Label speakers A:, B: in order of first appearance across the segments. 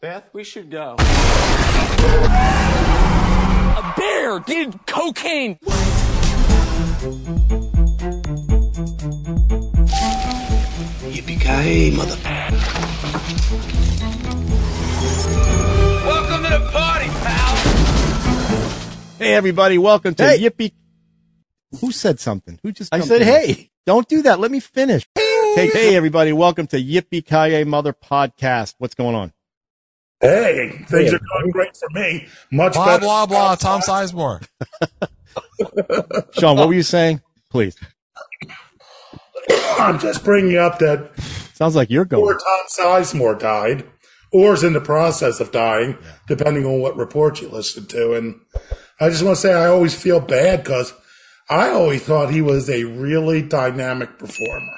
A: Beth, we should go.
B: A bear did cocaine.
C: Yippee-ki-yay, mother.
D: Welcome to the party, pal.
E: Hey, everybody, welcome to
F: Hey.
E: Yippee. Who said something? Who just?
F: I
E: jumped
F: said,
E: in?
F: hey.
E: Don't do that. Let me finish. Hey, hey, everybody, welcome to Yippee Kaye Mother Podcast. What's going on?
G: Hey, things are going great for me. Much
H: Blah
G: better.
H: blah blah. Tom Sizemore.
E: Sean, what were you saying? Please.
G: I'm just bringing up that
E: Sounds like you're
G: poor
E: going.
G: Tom Sizemore died, or is in the process of dying, depending on what report you listen to. And I just want to say I always feel bad because I always thought he was a really dynamic performer.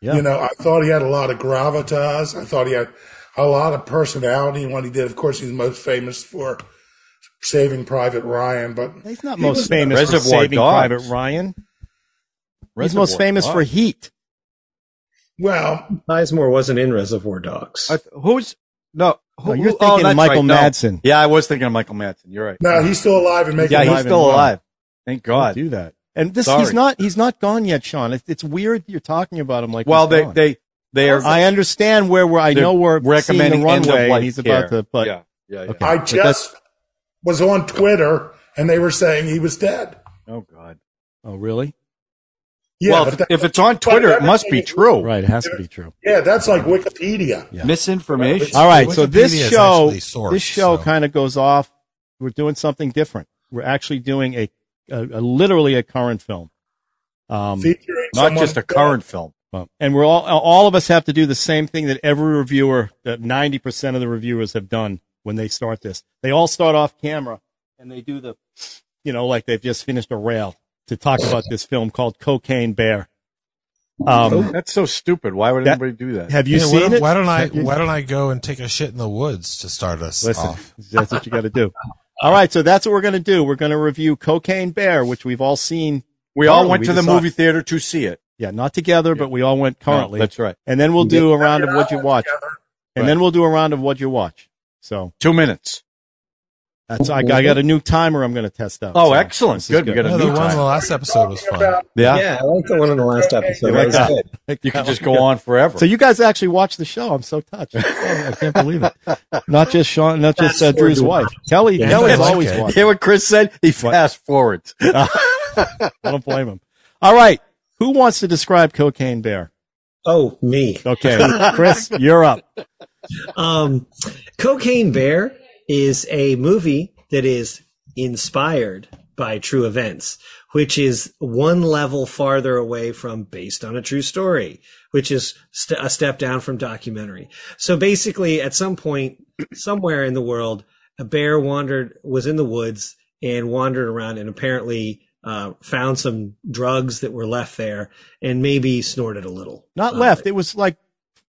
E: Yeah.
G: You know, I thought he had a lot of gravitas. I thought he had a lot of personality in what he did. Of course, he's most famous for saving Private Ryan, but
E: He's not
G: he
E: most
G: was-
E: famous for
F: Reservoir
E: Saving
F: Dogs.
E: Private Ryan. He's most famous for Heat.
G: Well,
I: Sizemore wasn't in Reservoir Dogs.
F: I th- who's no? Who,
E: No, you're
F: who- oh,
E: thinking of
F: that's
E: Michael
F: no.
E: Madsen.
F: Yeah, I was thinking of Michael Madsen. You're right.
G: No, he's still alive and making.
F: yeah, he's
G: money.
E: and
F: still
E: well.
F: alive. Thank God.
E: do that. And this, he's
F: Sorry.
E: not. He's not gone yet, Sean. It's, it's weird you're talking about him like.
F: Well,
E: he's
F: they
E: gone.
F: they they are.
E: I understand where we're. I
F: they're
E: know we're
F: recommending
E: seeing
F: end
E: the
F: of
E: runway,
F: life
E: and he's about
F: care.
E: to. But
F: yeah, yeah, yeah.
E: Okay.
G: I
E: But that's-
G: just was on Twitter and they were saying he was dead.
F: Oh God.
E: oh, really?
G: Yeah,
F: well,
G: but
F: if,
G: that-
F: if it's on Twitter, it
G: everything
F: must be
G: is-
F: true.
E: Right. It has to be true.
G: yeah, that's like Wikipedia.
E: Yeah.
F: Misinformation.
E: All right, so
H: Wikipedia
E: this
H: is
E: show,
H: actually sourced,
E: this show
H: so-
E: kind of goes off. We're doing something different. We're actually doing a, a, a literally a current film, um,
G: Featuring
F: Not
G: someone
F: just a
G: dead.
F: current film.
E: and we're all all of us have to do the same thing that every reviewer, that ninety percent of the reviewers have done when they start this. They all start off camera and they do the, you know, like they've just finished a rail to talk about this film called Cocaine Bear. Um,
F: That's so stupid. Why would
E: That-
F: anybody do that?
E: have you
H: Yeah, why,
E: seen
H: don't-
E: it?
H: why don't I?
E: Have you-
H: Why don't I go and take a shit in the woods to start us
E: Listen,
H: off?
E: that's what you got to do. All right, so that's what we're going to do. We're going to review Cocaine Bear, which we've all seen.
F: We all
E: Currently,
F: went
E: we
F: to the
E: just saw
F: movie
E: it.
F: theater to see it.
E: Yeah, not together, but we all went currently.
F: No, that's right.
E: and then we'll do a round of
G: They're
E: what you
G: all
E: watch,
G: together.
E: and then we'll do a round of what you watch. So
F: Two minutes.
E: that's I, I got a new timer. I'm going to test out.
F: Oh,
E: so
F: excellent.
E: this is
F: Good. We got a
H: No,
F: new
H: the one in
F: time.
H: the last episode was
G: Talking
H: fun.
G: about-
F: Yeah.
I: yeah, I like the one in the last episode.
E: You like
I: Ah. That was
E: that?
I: good.
F: You could just go on forever.
E: So you guys actually watched the show. I'm so touched. I can't believe it. Not just Sean, not just uh,
I: That's
E: Drew's
I: where you
E: wife, Kelly.
H: Yeah,
E: Kelly's
H: that's
E: always
H: okay.
E: watching.
F: hear what Chris said? He fast forwards.
E: I don't blame him. All right, who wants to describe Cocaine Bear?
I: Oh, me.
E: Okay, Chris, you're up.
I: Um, Cocaine Bear is a movie that is inspired by true events, which is one level farther away from based on a true story, which is st- a step down from documentary. So basically, at some point, somewhere in the world, a bear wandered, was in the woods and wandered around and apparently uh, found some drugs that were left there and maybe snorted a little.
E: Not
I: Uh,
E: left. It was like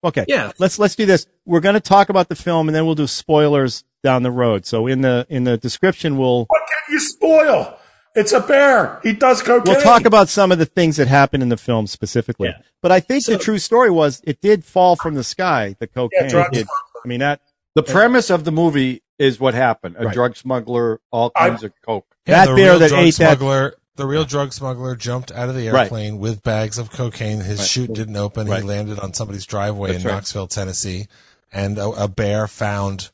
E: okay.
I: Yeah.
E: Let's let's do this. We're going to talk about the film and then we'll do spoilers down the road. So in the in the description we'll
G: What can you spoil? It's a bear. He does cocaine.
E: we'll talk about some of the things that happened in the film specifically.
I: Yeah.
E: But I think the
I: So-
E: true story was it did fall from the sky. The cocaine.
G: drugs.
E: did. I mean that
F: The premise of the movie is what happened: a
E: Right.
F: drug smuggler, all
G: I-
F: kinds of coke.
E: That
H: the
E: bear
H: real
E: that
H: drug
E: ate that-
H: smuggler, the real drug smuggler jumped out of the
F: Right.
H: airplane with bags of cocaine. His chute didn't open.
F: Right.
H: He landed on somebody's driveway
F: That's
H: in
F: right.
H: Knoxville, Tennessee, and a, a bear found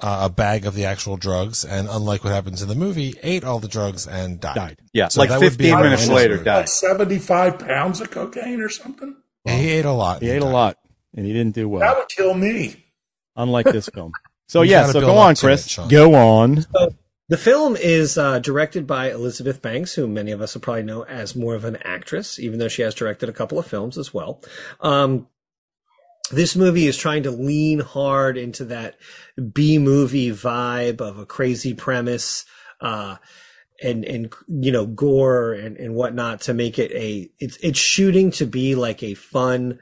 H: uh, a bag of the actual drugs. And unlike what happens in the movie, ate all the drugs and died.
E: died.
F: Yeah,
H: So
F: like
H: that would be
F: 15
H: a
F: minutes
H: horrendous
F: later,
H: movie.
F: died.
G: like seventy-five pounds of cocaine or something.
H: He ate a lot.
E: He ate a
H: died.
E: lot and he didn't do
G: That
E: well.
G: would kill me.
E: Unlike this film. So
H: You
E: yeah,
H: gotta
E: so
H: build
E: go
H: up
E: on,
H: to it,
E: Chris.
H: Sean.
E: go on.
I: The film is uh, directed by Elizabeth Banks, who many of us will probably know as more of an actress, even though she has directed a couple of films as well. Um, this movie is trying to lean hard into that B movie vibe of a crazy premise, uh, and and you know gore and and whatnot to make it a it's it's shooting to be like a fun,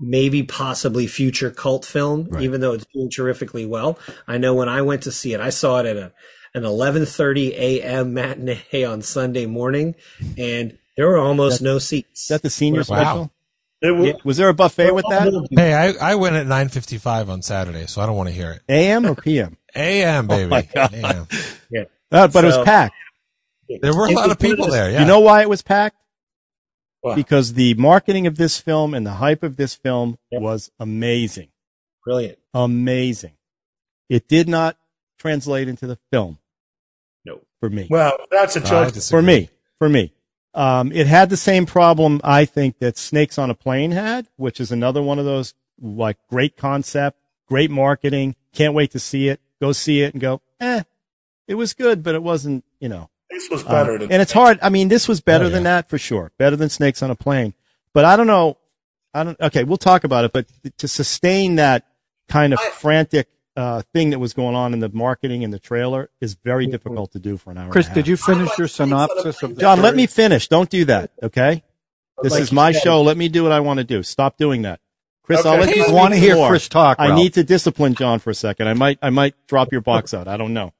I: maybe possibly future cult film, even though it's doing terrifically well. I know when I went to see it, I saw it at a an 11:30 a.m. matinee on Sunday morning, and there were almost no seats.
E: Is that the senior
H: Wow.
E: special?
G: It was,
I: Yeah.
E: Was there a buffet with that?
H: Hey, I, I went at 9.55 on Saturday, so I don't want to hear it.
E: AM or PM?
H: AM, baby.
E: my God.
H: AM.
I: Yeah.
E: Uh, but it was
I: So-
E: packed.
H: There were a
I: It
H: lot
I: was
H: of people
I: one of
H: there, yeah.
E: You know why it was packed?
G: Why?
E: Because the marketing of this film and the hype of this film was amazing.
I: Brilliant.
E: Amazing. It did not translate into the film.
I: No.
E: For me.
G: well, that's a
H: No, I
G: joke.
H: disagree.
E: for me. For me. Um, it had the same problem, I think, that Snakes on a Plane had, which is another one of those like great concept, great marketing. Can't wait to see it. Go see it and go, eh, it was good, but it wasn't, you know.
G: this was
E: Um,
G: better than
E: and it's hard. I mean, this was better
H: Oh,
E: than
H: yeah.
E: that for sure. Better than Snakes on a Plane. But I don't know. I don't. Okay, we'll talk about it. But to sustain that kind of frantic uh, thing that was going on in the marketing and the trailer is very difficult to do for an hour.
F: Chris,
E: and a
F: did
E: half.
F: you finish your synopsis of the
E: John, let
F: series?
E: me finish. Don't do that. Okay. This
I: Like
E: is my
I: you said.
E: show. Let me do what I want to do. Stop doing that. Chris, I'll
G: Okay.
E: let you
F: I
E: speak
F: want to
E: some
F: hear
E: more.
F: Chris talk.
E: I
F: Ralph.
E: need to discipline John for a second. I might, I might drop your box out. I don't know.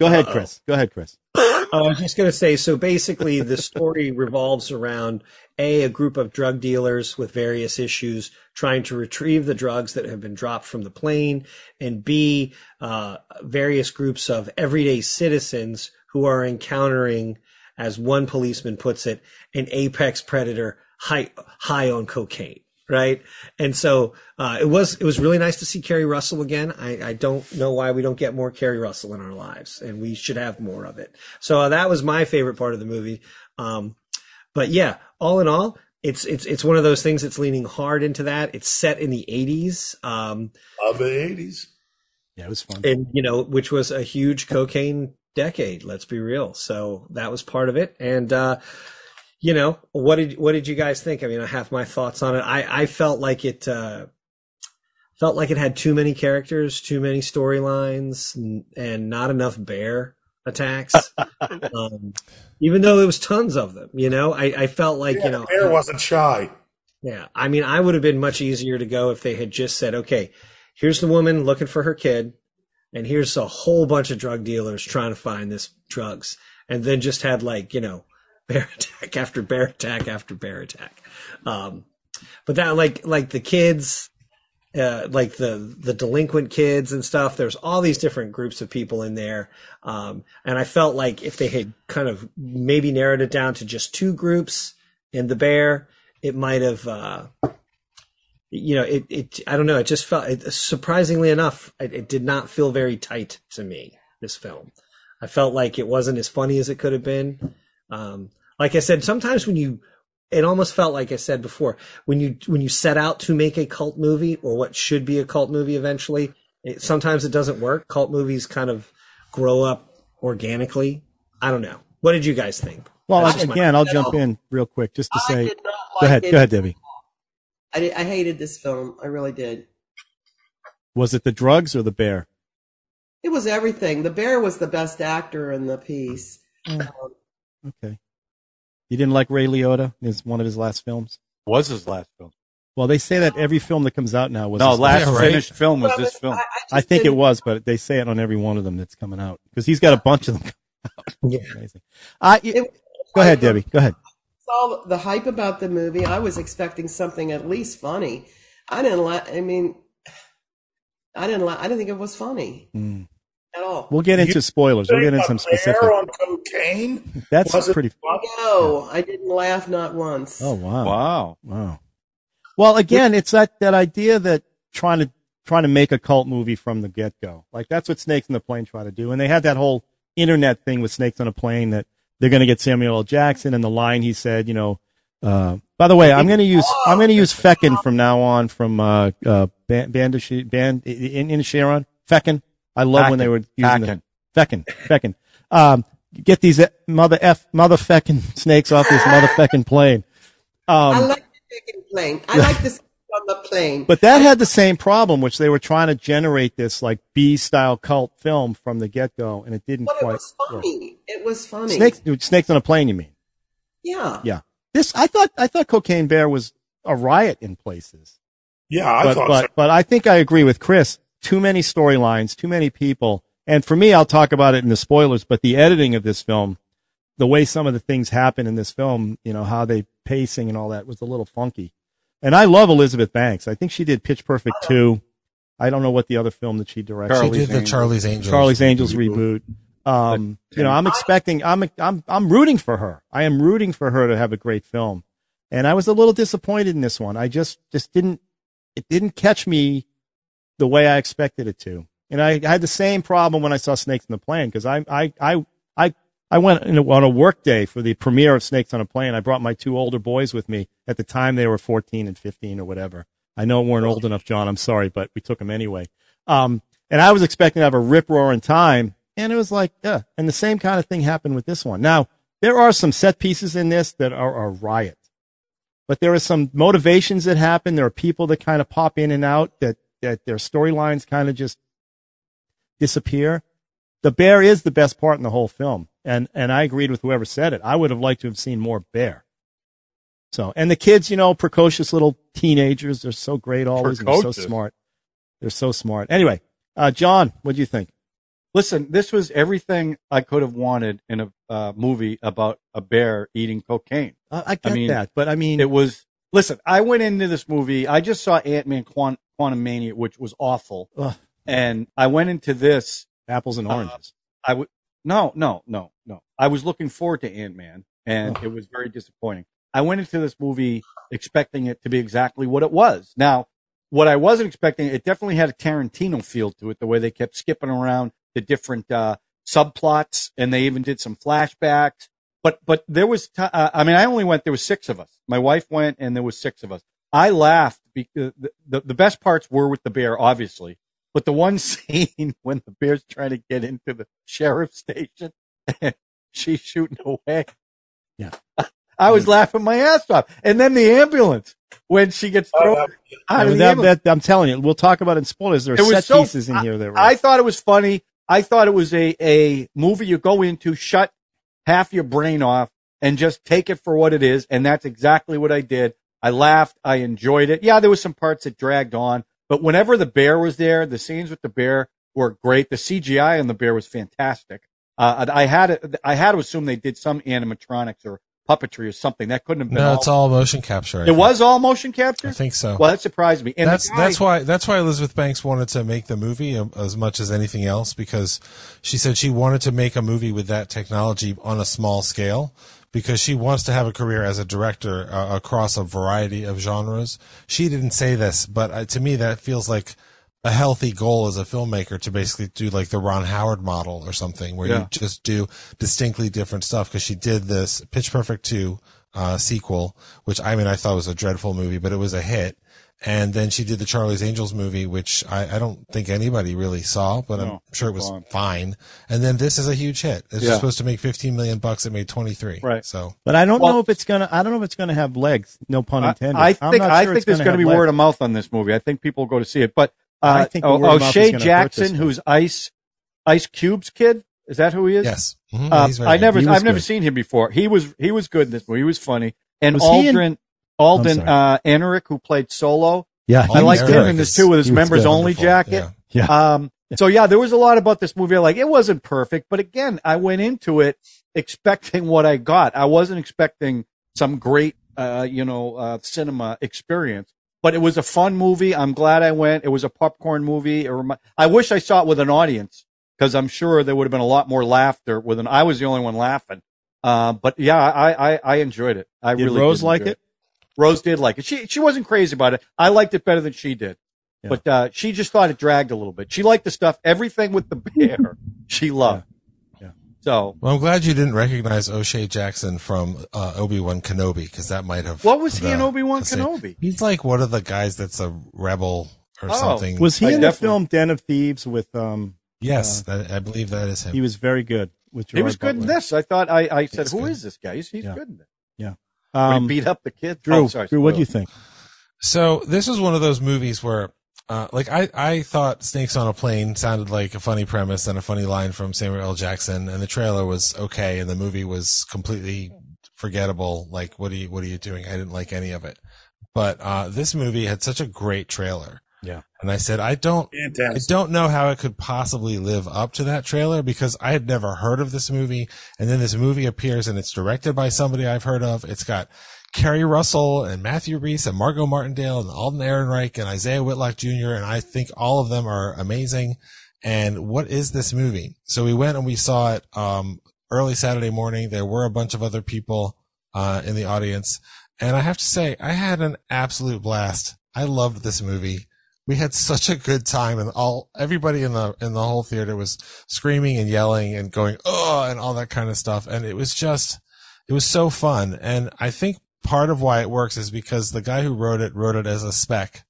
E: Go ahead, Chris. Go ahead, Chris.
I: Uh, I was just going to say so basically, the story revolves around A, a group of drug dealers with various issues trying to retrieve the drugs that have been dropped from the plane, and B, uh, various groups of everyday citizens who are encountering, as one policeman puts it, an apex predator high, high on cocaine. Right. And so, uh, it was, it was really nice to see Carrie Russell again. I, I don't know why we don't get more Carrie Russell in our lives and we should have more of it. So uh, that was my favorite part of the movie. Um, but yeah, all in all, it's, it's, it's one of those things that's leaning hard into that. It's set in the eighties. Um,
G: of the 80s.
E: Yeah, it was fun.
I: and you know which was a huge cocaine decade let's be real so that was part of it and uh you know what did what did you guys think i mean i have my thoughts on it i i felt like it uh felt like it had too many characters too many storylines n- and not enough bear attacks um, even though it was tons of them you know i i felt like you know
G: Bear wasn't shy.
I: yeah. I mean, I would have been much easier to go if they had just said, okay, here's the woman looking for her kid, and here's a whole bunch of drug dealers trying to find this drugs, and then just had like, you know, bear attack after bear attack after bear attack. Um, but that like, like the kids, uh, like the, the delinquent kids and stuff, there's all these different groups of people in there. Um, and I felt like if they had kind of maybe narrowed it down to just two groups and the bear, it might have uh you know it it i don't know it just felt it, surprisingly enough it, it did not feel very tight to me this film i felt like it wasn't as funny as it could have been um like i said sometimes when you it almost felt like i said before when you when you set out to make a cult movie or what should be a cult movie eventually it, sometimes it doesn't work cult movies kind of grow up organically i don't know what did you guys think
E: Well,
I: That's just my-
E: again, I'll jump in real quick just to
A: I
E: say,
A: did not like
E: go ahead,
A: it.
E: go ahead, Debbie.
A: I, did, I hated this film. I really did.
E: Was it the drugs or the bear?
A: It was everything. The bear was the best actor in the piece.
E: Okay. You didn't like Ray Liotta? Is one of his last films?
F: Was his last film?
E: Well, they say that every film that comes out now was.
F: No,
E: his
F: last
H: Yeah, right.
F: finished film was
A: But I
F: this
A: was-
F: film.
A: I, I just
E: I think it
A: didn't-
E: was, but they say it on every one of them that's coming out because he's got a bunch of them.
I: yeah
E: Amazing. I, go ahead, Debbie. Go ahead.
A: saw the hype about the movie, I was expecting something at least funny. I didn't like. I mean, I didn't like. I didn't think it was funny
E: Mm.
A: at all.
E: We'll get into spoilers. We'll get into some
G: Think a
E: specifics.
G: bear on cocaine?
E: That's
G: Was it-
E: pretty.
A: no, I didn't laugh not once.
E: Oh wow.
F: Wow.
E: Wow. Well, again, it's that, that idea that trying to trying to make a cult movie from the get go. Like that's what Snakes on the Plane try to do. And they had that whole internet thing with Snakes on a Plane that they're going to get Samuel L. Jackson and the line he said, you know. Uh, by the way, I'm going to use I'm going to use Feckin from now on from uh, uh, Band Bandish- Band in, in Sharon Feckin. I love when they were using the, Feckin
F: Feckin.
E: Feckin. Um, get these mother f mother feckin snakes off this mother feckin plane. Um,
A: I like the chicken plane. I like the on the plane.
E: but that had the same problem, which they were trying to generate this like B style cult film from the get go, and it didn't
A: but it
E: quite.
A: was funny. It was funny.
E: Snakes, snakes on a plane. You mean?
A: Yeah.
E: Yeah. This I thought. I thought Cocaine Bear was a riot in places,
G: Yeah, Ah, I
E: but
G: thought
E: but,
G: so.
E: but I think I agree with Chris. Too many storylines, too many people, and for me, I'll talk about it in the spoilers. But the editing of this film, the way some of the things happen in this film, you know how they pacing and all that was a little funky. And I love Elizabeth Banks. I think she did Pitch Perfect 2. I don't know what the other film that she directed.
H: She
F: Charlie's
H: did the
F: Angels.
H: Charlie's Angels.
E: Charlie's Angels reboot. Um, you know, I'm expecting, I'm, I'm, I'm rooting for her. I am rooting for her to have a great film. And I was a little disappointed in this one. I just, just didn't, it didn't catch me the way I expected it to. And I, I had the same problem when I saw Snakes on the Plane because I, I, I, I, I went in a, on a work day for the premiere of Snakes on a Plane. I brought my two older boys with me. At the time, they were 14 and 15 or whatever. I know we weren't old enough, John. I'm sorry, but we took them anyway. Um, and I was expecting to have a rip roaring time. And it was like, yeah. And the same kind of thing happened with this one. Now, there are some set pieces in this that are a riot, but there are some motivations that happen. There are people that kind of pop in and out that, that their storylines kind of just disappear. The bear is the best part in the whole film. And, and I agreed with whoever said it. I would have liked to have seen more bear. So, and the kids, you know, precocious little teenagers. They're so great always. and They're so
F: Precocious.
E: smart. They're so smart. Anyway, uh, John, what do you think?
F: Listen, this was everything I could have wanted in a uh, movie about a bear eating cocaine.
E: Uh, I, I get
F: mean,
E: that, but I mean,
F: It was. Listen, I went into this movie. I just saw Ant Man Quant- Quantum Mania, which was awful,
E: Ugh.
F: and I went into this.
E: apples and
F: uh,
E: oranges.
F: I would no, no, no, no. I was looking forward to Ant Man, and it was very disappointing. I went into this movie expecting it to be exactly what it was. Now, what I wasn't expecting, it definitely had a Tarantino feel to it. The way they kept skipping around the different uh, subplots, and they even did some flashbacks. But but there was, ti uh, I mean, I only went. There was six of us. My wife went, and there was six of us. I laughed because the, the, the best parts were with the bear, obviously. But the one scene when the bear's trying to get into the sheriff's station and she's shooting away.
E: Yeah.
F: I was laughing my ass off. And then the ambulance when she gets
G: Oh,
F: thrown
G: that-
F: out
E: I
F: of
E: mean,
F: the
E: that,
F: ambulance.
E: that, I'm telling you, we'll talk about it in spoilers. There are
F: It was
E: set
F: so-
E: pieces in here that were.
F: I thought it was funny. I thought it was a, a movie you go into, shut half your brain off, and just take it for what it is. And that's exactly what I did. I laughed. I enjoyed it. Yeah, there was some parts that dragged on, but whenever the bear was there, the scenes with the bear were great. The CGI on the bear was fantastic. Uh, I I had I had to assume they did some animatronics or puppetry or something. That couldn't have been.
H: No,
F: all-
H: it's all motion capture. I
F: it
H: think.
F: was all motion capture.
H: I think so.
F: Well, that surprised me. And the
H: that's
F: guy-
H: that's why that's why Elizabeth Banks wanted to make the movie um, as much as anything else because she said she wanted to make a movie with that technology on a small scale because she wants to have a career as a director uh, across a variety of genres. She didn't say this, but uh, to me that feels like a healthy goal as a filmmaker to basically do like the Ron Howard model or something where you
F: Yeah.
H: just do distinctly different stuff because she did this Pitch Perfect 2 uh, sequel, which I mean, I thought was a dreadful movie, but it was a hit. And then she did the Charlie's Angels movie, which I, I don't think anybody really saw, but I'm
F: No,
H: sure it was
F: gone.
H: fine. And then this is a huge hit. It's
F: Yeah.
H: supposed to make 15 million bucks. It made 23.
F: Right.
H: So
E: but I don't
F: Well-
E: know if it's gonna. I don't know if it's gonna have legs. No pun
F: I,
E: intended.
F: I
E: I'm
F: think
E: not
F: I
E: sure
F: think
E: it's
F: there's going to
E: have
F: be
E: legs.
F: word of mouth on this movie. I think people will go to see it. But
E: I
F: uh,
E: think the
F: oh,
E: word of mouth is gonna
F: O'Shea
E: hurt this
F: Jackson,
E: one.
F: who's Ice Ice Cube's kid, is that who he is?
H: yes, Mhm,
F: Uh,
H: he's very
F: I
H: good.
F: never
E: He
F: I've
E: was
F: never
E: good.
F: seen him before. He was he was good in this movie. He was funny. And
E: Was he in-
F: Aldrin Alden
E: I'm
F: uh, Enric, who played Solo,
E: Yeah,
H: Alden
F: I liked him
H: Ehrenreich
F: in
H: is-
F: this too with his
E: he was
F: members
E: Oh, good.
F: only
H: Wonderful.
F: jacket.
H: Yeah.
F: Um, so yeah, there was a lot about this movie. I Like it wasn't perfect, but again, I went into it expecting what I got. I wasn't expecting some great, uh, you know, uh, cinema experience, but it was a fun movie. I'm glad I went. It was a popcorn movie. It remi- I wish I saw it with an audience because I'm sure there would have been a lot more laughter with an, I was the only one laughing. Uh, but yeah, I, I, I enjoyed it. I
E: Did
F: really
E: Rose
F: did
E: like
F: enjoy
E: it?
F: Rose did like it. She, she wasn't crazy about it. I liked it better than she did.
E: Yeah.
F: But uh, she just thought it dragged a little bit. She liked the stuff, everything with the bear. She loved.
E: Yeah. Yeah.
F: So,
H: Well, I'm glad you didn't recognize O'Shea Jackson from uh, Obi Wan Kenobi because that might have.
F: what was he
H: the-
E: Uh,
F: in Obi Wan
H: the same-
F: Kenobi?
H: He's like one of the guys that's a rebel or
F: Oh.
H: something.
E: Was he
F: I
E: in the
F: definitely-
E: film Den of Thieves with? Um,
H: yes,
F: Uh.
H: that, I believe that is him.
E: he was very good with. Gerard
F: He was good in
E: Butler.
F: this. I thought. I, I said,
H: He's
F: who is
H: good.
F: this guy? He's, he's
E: Yeah.
F: good in this. When
E: Um,
F: he beat up the kid.
E: Drew,
F: Oh, sorry,
E: Drew, what do you
F: spoiler.
E: think?
H: So this is one of those movies where, uh, like I, I thought Snakes on a Plane sounded like a funny premise and a funny line from Samuel L. Jackson, and the trailer was okay, and the movie was completely forgettable. Like, what are you, what are you doing? I didn't like any of it. But uh, this movie had such a great trailer.
E: Yeah.
H: And I said, I don't, I
G: Fantastic.
H: don't know how it could possibly live up to that trailer because I had never heard of this movie. And then this movie appears and it's directed by somebody I've heard of. It's got Carrie Russell and Matthew Reese and Margot Martindale and Alden Ehrenreich and Isaiah Whitlock Jr. And I think all of them are amazing. And what is this movie? So we went and we saw it, um, early Saturday morning. There were a bunch of other people, uh, in the audience. And I have to say, I had an absolute blast. I loved this movie. We had such a good time and all, everybody in the, in the whole theater was screaming and yelling and going, oh, and all that kind of stuff. And it was just, it was so fun. And I think part of why it works is because the guy who wrote it wrote it as a spec,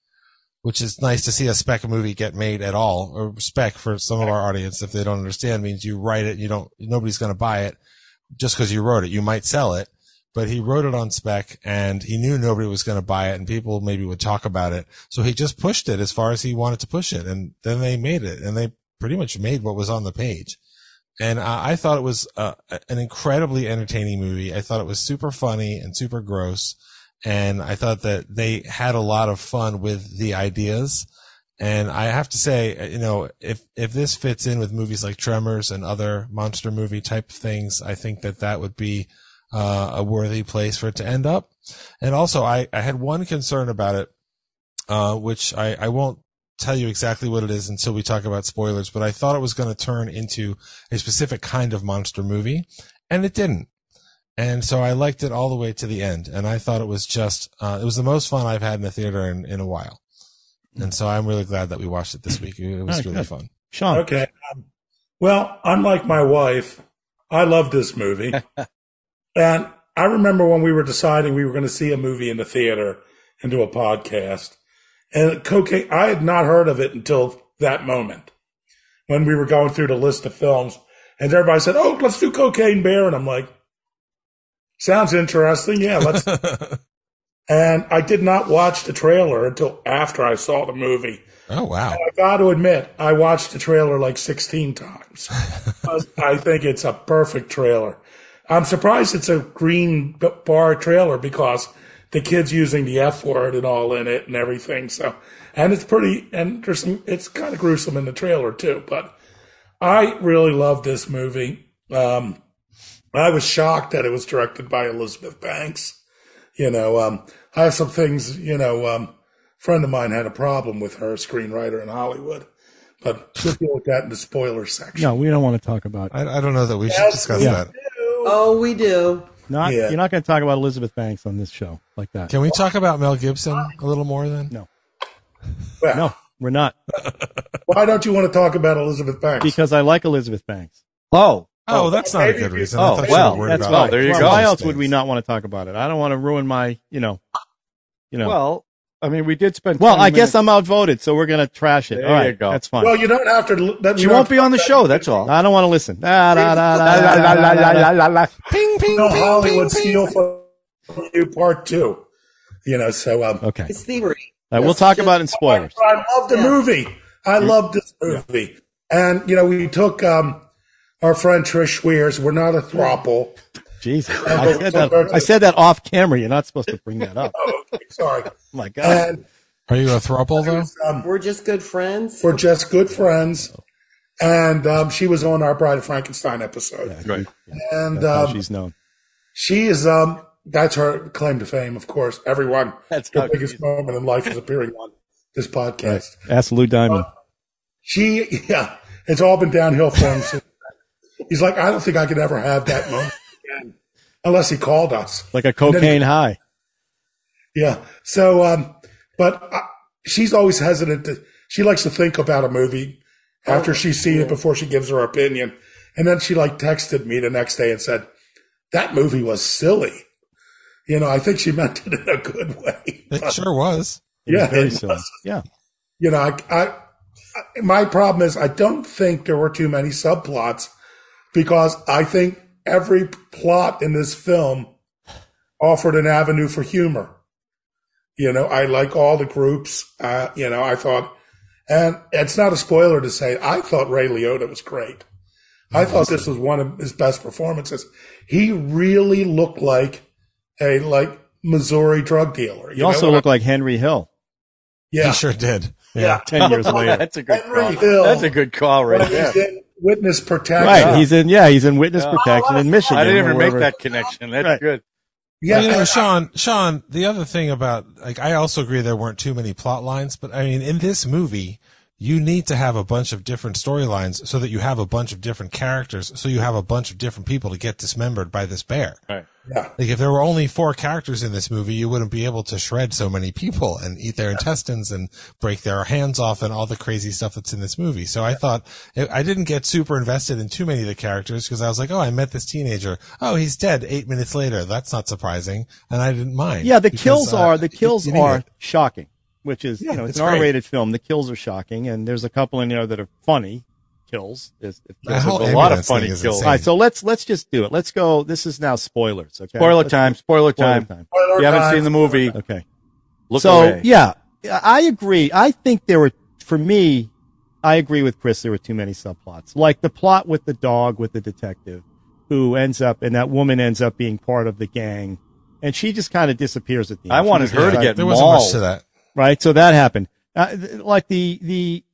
H: which is nice to see a spec movie get made at all, or spec for some of our audience if they don't understand means you write it, you don't, nobody's going to buy it just because you wrote it. You might sell it, but he wrote it on spec and he knew nobody was going to buy it and people maybe would talk about it. So he just pushed it as far as he wanted to push it. And then they made it and they pretty much made what was on the page and I, I thought it was uh, an incredibly entertaining movie. I thought it was super funny and super gross, and I thought that they had a lot of fun with the ideas. And I have to say, uh, you know, if if this fits in with movies like Tremors and other monster movie type things, I think that that would be uh, a worthy place for it to end up. And also, I I had one concern about it, uh, which I I won't tell you exactly what it is until we talk about spoilers, but I thought it was going to turn into a specific kind of monster movie, and it didn't. And so I liked it all the way to the end, and I thought it was just, uh, it was the most fun I've had in the theater in, in a while. And so I'm really glad that we watched it this week. It was
E: Alright,
H: really
E: good.
H: fun.
E: Sean.
G: Okay. Um, well, unlike my wife, I love this movie. and I remember when we were deciding we were going to see a movie in the theater and do a podcast. And cocaine, I had not heard of it until that moment when we were going through the list of films. And everybody said, Oh, let's do Cocaine Bear. And I'm like, Sounds interesting. Yeah, let's. and I did not watch the trailer until after I saw the movie.
H: Oh wow!
G: I got to admit, I watched the trailer like 16 times. 'Cause I think it's a perfect trailer. I'm surprised it's a green b- bar trailer because the kid's using the F word and all in it and everything. So, and it's pretty, and there's some, it's kind of gruesome in the trailer too, but I really love this movie. Um, I was shocked that it was directed by Elizabeth Banks. You know, um, I have some things, you know, um, friend of mine had a problem with her, a screenwriter in Hollywood. But we'll deal with that in the spoiler section.
E: No, we don't want to talk about.
H: I, I don't know that we should
G: Yes,
H: discuss
G: we
H: that.
G: do.
A: Oh, we do.
E: Not
G: Yeah.
E: you're not going to talk about Elizabeth Banks on this show like that.
H: Can we talk about Mel Gibson a little more then?
E: No.
G: Well,
E: No, we're not
G: Why don't you want to talk about Elizabeth Banks?
E: because I like Elizabeth Banks.
F: Oh,
H: Oh, that's not a good reason. I
F: Oh,
H: thought you
F: well,
H: were worried
E: that's
H: about
E: why.
F: Oh, there you
E: Well,
F: go.
E: Why else would we not want to talk about it? I don't want to ruin my, you know, you know. Well,
F: Oh. well, I mean, we did spend.
E: well
F: 20
E: I guess
F: minutes-
E: I'm outvoted, so we're going to trash it.
F: There
E: All right,
F: you go.
E: that's fine.
G: well, you don't have to. That,
F: She won't be on the show. That's all.
E: I don't want to listen. Da, da, da,
F: La,
E: da,
F: la, la,
E: da,
F: la,
E: da,
F: la,
E: da,
F: la,
E: da.
F: la, la.
H: Ping, ping,
G: No
H: ping,
G: Hollywood
H: ping, ping.
G: steal from you part two. You know, so um,
E: Okay,
A: It's theory.
E: All right, we'll talk about it in spoilers.
G: I love the movie. I love this movie. And you know, we took um, our friend Trish Weir's. We're not a throuple.
E: Jesus, I said that. I said that off camera. You're not supposed to bring that up. Oh
G: Oh, okay, sorry.
E: my God.
G: And
H: Are you a throuple though?
G: um,
A: We're just good friends.
G: we're just good friends. And um, she was on our Bride of Frankenstein episode.
F: Right.
G: and
E: That's how
G: um,
E: Oh, she's known.
G: she is um that's her claim to fame, of course. Everyone,
F: That's
G: her
F: how
G: biggest
F: she is.
G: moment in life is appearing on this podcast.
E: Ask Lou Diamond.
H: uh,
G: She, yeah, it's all been downhill for him. since then. He's like, I don't think I could ever have that moment again, unless he called us.
E: Like a cocaine high.
G: Yeah. So, um, but I, she's always hesitant to, she likes to think about a movie after she's seen it before she gives her opinion. And then she like texted me the next day and said, that movie was silly. You know, I think she meant it in a good way.
H: It sure was.
G: yeah.
E: Very
G: it
E: silly.
G: was.
E: Yeah.
G: You know, I, I, I, my problem is I don't think there were too many subplots because I think every plot in this film offered an avenue for humor. You know, I like all the groups. Uh, you know, I thought, and it's not a spoiler to say, I thought Ray Liotta was great. I thought this was one of his best performances. He really looked like a like Missouri drug dealer.
E: You also look like Henry Hill
H: He
G: yeah,
H: sure did.
G: yeah.
H: Oh,
E: 10 years later.
F: That's a good
G: Henry
F: call.
G: Hill.
F: That's a good call right
G: When
F: there.
G: he's in witness protection.
E: Right. He's in, yeah, he's in witness
F: Yeah.
E: protection in Michigan.
F: I didn't
E: or
F: even make
E: wherever.
F: that connection. That's
E: Right.
F: good.
G: Yeah,
H: you know, Sean, Sean, the other thing about, like, I also agree there weren't too many plot lines, but I mean, in this movie, you need to have a bunch of different storylines so that you have a bunch of different characters, so you have a bunch of different people to get dismembered by this bear.
G: yeah.
H: Like, if there were only four characters in this movie, you wouldn't be able to shred so many people and eat their intestines and break their hands off and all the crazy stuff that's in this movie. So I thought I I didn't get super invested in too many of the characters because I was like, oh, I met this teenager. Oh, he's dead eight minutes later. That's not surprising, and I didn't mind.
E: Yeah, the
H: because,
E: kills
H: uh,
E: are the
H: you-
E: kills
H: you need
E: are
H: it.
E: shocking, which is
H: Yeah,
E: you know it's
H: it's
E: an
H: great.
E: R-rated film. The kills are shocking, and there's a couple in there that are funny kills. There's, if-
H: That
E: there's
H: whole
E: a lot of
H: ambulance thing
E: funny
H: is
E: kills.
H: insane.
E: All right, so let's let's just do it. Let's go. This is now spoilers. Okay,
F: Spoiler
E: Let's-
F: time. Spoiler
E: Spoiler
F: time.
E: time.
G: Spoiler
F: If you haven't
G: time.
F: seen the movie,
E: Okay.
F: look
E: so
F: away.
E: yeah, I agree. I think there were for me. I agree with Chris. There were too many subplots, like the plot with the dog with the detective, who ends up and that woman ends up being part of the gang, and she just kind of disappears at the end.
F: I
E: She
F: wanted
E: just
F: her to
H: Yeah,
F: get
H: there wasn't
F: mauled.
H: much to that.
E: right? So that happened. Uh, th- like the the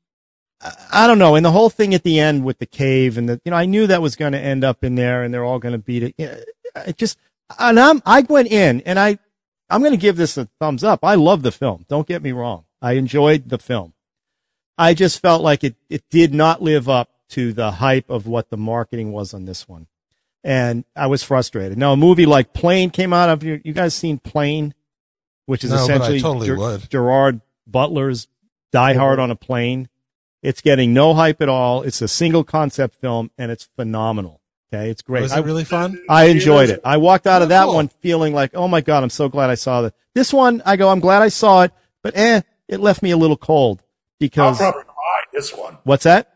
E: I- I don't know, and the whole thing at the end with the cave and the you know I knew that was going to end up in there, and they're all going to beat it. You know, It just and I'm I went in and I I'm going to give this a thumbs up. I love the film. Don't get me wrong. I enjoyed the film. I just felt like it it did not live up to the hype of what the marketing was on this one. And I was frustrated. Now a movie like Plane came out of you. You guys seen Plane, which is
H: No, but I
E: essentially
H: totally
E: Ger-
H: would.
E: Gerard Butler's Die Hard on a plane. It's getting no hype at all. It's a single concept film and it's phenomenal. Okay, it's great.
H: Was
E: I-
H: it really fun?
E: I enjoyed it. I walked out of that
H: Cool.
E: one feeling like, oh my God, I'm so glad I saw that. This one, I go, I'm glad I saw it, but eh, it left me a little cold
G: I'll
E: because
G: probably buy this one.
E: what's that?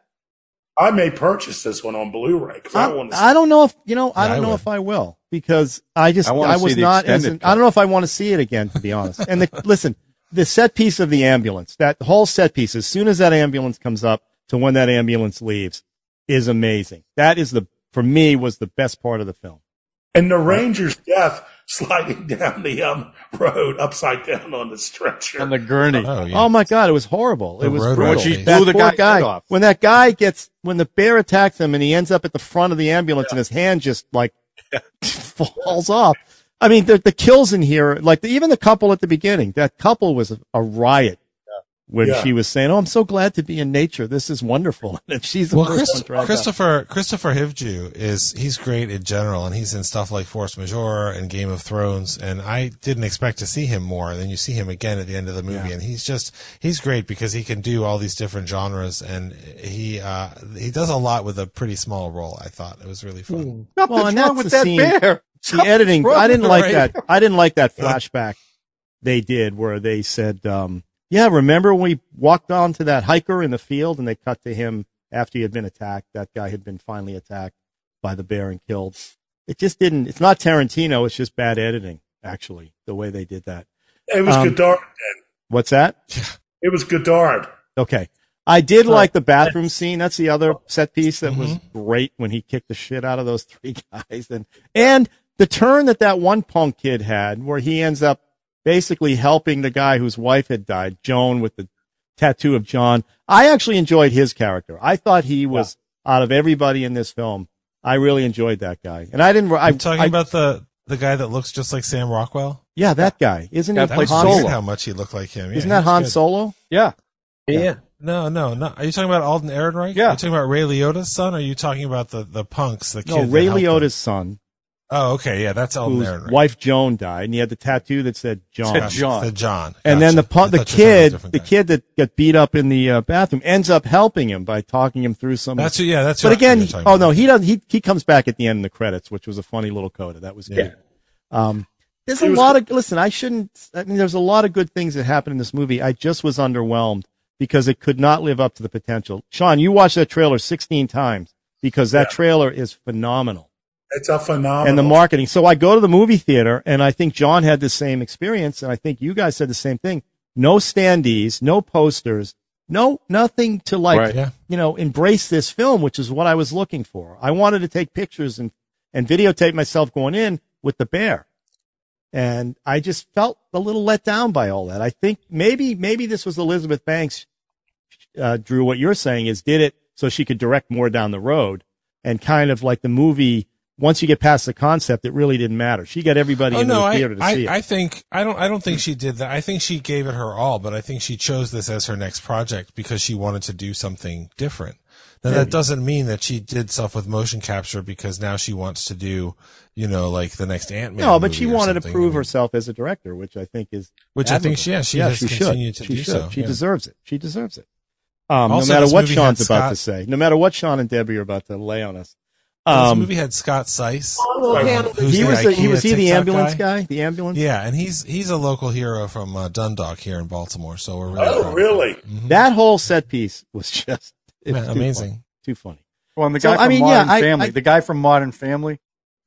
G: I may purchase this one on Blu-ray because I, want to.
E: I, don't know if, you know, I
H: Yeah,
E: don't
H: I
E: know
H: would.
E: if I will because I just,
F: I
E: I,
F: wanna see
E: was
F: the
E: not as,
F: extended
E: I don't know if I want to see it again, to be honest. And the, listen, the set piece of the ambulance, that whole set piece, as soon as that ambulance comes up to when that ambulance leaves is amazing. That is the, for me, was the best part of the film.
G: and the Ranger's death sliding down the um, road upside down on the stretcher.
F: on the gurney.
H: Oh yeah.
E: Oh my god, it was horrible.
H: The
E: it was
H: road
E: brutal.
H: rage. When she
E: That
F: blew the
E: poor
F: guy's
E: guy
F: head off.
E: when that guy gets when the bear attacks him and he ends up at the front of the ambulance and his hand just like falls off. I mean, the, the kills in here, like the, even the couple at the beginning, that couple was a, a riot when
G: Yeah.
E: she was saying, "Oh, I'm so glad to be in nature. This is wonderful." And she's the
H: Well,
E: first one
H: Christ-
E: dragged out.
H: Christopher Christopher Hivju is he's great in general, and he's in stuff like Force Majeure and Game of Thrones. And I didn't expect to see him more. Then you see him again at the end of the movie, and he's just he's great because he can do all these different genres, and he uh, he does a lot with a pretty small role. I thought it was really fun.
E: Well, and
F: What's wrong
E: that's
F: with
E: the
F: that
E: scene-
F: bear?
E: the editing
F: wrong
E: i didn't
F: with
E: like
F: the
E: that i didn't like that flashback they did where they said um, yeah remember when we walked on to that hiker in the field and they cut to him after he had been attacked that guy had been finally attacked by the bear and killed it just didn't it's not tarantino it's just bad editing actually the way they did that
G: it was
E: um,
G: Godard. Then.
E: what's that
G: It was Godard.
E: Okay. I did like the bathroom scene. That's the other set piece that was
H: Mm-hmm.
E: great when he kicked the shit out of those three guys and and the turn that that one punk kid had where he ends up basically helping the guy whose wife had died, Joan with the tattoo of John. I actually enjoyed his character. I thought he was out of everybody in this film. I really enjoyed that guy. And I didn't I
H: I'm talking
E: I-
H: about the the guy that looks just like Sam Rockwell.
E: Yeah, that guy. Isn't
F: That
E: he
H: That
F: played
H: was
E: Han
F: Solo.
H: weird how much he looked like him. Yeah,
E: Isn't
H: he
E: that
H: was
E: Han
H: good.
E: Solo?
F: Yeah.
I: Yeah.
H: No, no, no. Are you talking about Alden Ehrenreich?
F: Yeah.
H: Are you talking about Ray Liotta's son? Or are you talking about the the punks? The kid
E: No,
H: that
E: Ray
H: helped him?
E: Liotta's son.
H: Oh, okay. Yeah, that's Alden
E: whose
H: Ehrenreich.
E: wife Joan died, and he had the tattoo that said John.
F: Said John.
H: The John.
E: And then the
H: Gotcha.
E: pu-
H: I
E: the
H: thought you were
E: kid,
H: talking about a different
E: the
H: guy.
E: kid that got beat up in the uh, bathroom, ends up helping him by talking him through some.
H: That's who, yeah, that's.
E: but
H: who I thought you
E: again,
H: were talking
E: oh
H: about.
E: no, he doesn't. He he comes back at the end in the credits, which was a funny little coda. That was good. Um, there's a
G: It was-
E: lot of listen. I shouldn't. I mean, there's a lot of good things that happened in this movie. I just was underwhelmed because it could not live up to the potential. Sean, you watched that trailer 16 times because that trailer is phenomenal
G: It's a phenomenal.
E: and the marketing. So I go to the movie theater, and I think John had the same experience, and I think you guys said the same thing. No standees, no posters, no nothing to like,
F: Right.
H: Yeah.
E: you know, embrace this film, which is what I was looking for. I wanted to take pictures and and videotape myself going in with the bear, and I just felt a little let down by all that. I think maybe maybe this was Elizabeth Banks, uh, Drew. What you're saying is did it so she could direct more down the road and kind of like the movie once you get past the concept, it really didn't matter. She got everybody
H: Oh
E: into
H: no,
E: the
H: I,
E: theater to see
H: I,
E: it.
H: I think I don't I don't think she did that. I think she gave it her all, but I think she chose this as her next project because she wanted to do something different. Now that doesn't mean that she did stuff with motion capture because now she wants to do, you know, like the next Ant Man.
E: no, but she wanted to prove herself as a director, which I think is
H: Which I think
E: admirable.
H: she- yeah, she has
E: should.
H: continued to
E: she
H: do
E: should.
H: so,
E: She
H: yeah.
E: deserves it. She deserves it. Um,
H: Also,
E: no matter
H: this
E: what
H: movie had
E: Sean's about to
H: Scott-
E: say, no matter what Sean and Debbie are about to lay on us,
H: This
E: um,
H: movie had Scott Seiss.
A: Oh, well, Pam,
H: who's
E: he
H: the
E: was the, he
H: IKEA
E: was he the
H: TikTok
E: ambulance guy? The ambulance.
H: Yeah, and he's he's a local hero from uh, Dundalk here in Baltimore. So we're really proud
G: Oh,
H: of
G: really?
H: him. Mhm.
E: That whole set piece was just it's
H: Yeah,
E: too
H: amazing.
E: funny. too funny.
F: Well, and the
E: So,
F: guy
E: I
F: from
E: mean, yeah,
F: Modern
E: I-
F: Family,
E: I-
F: the guy from Modern Family,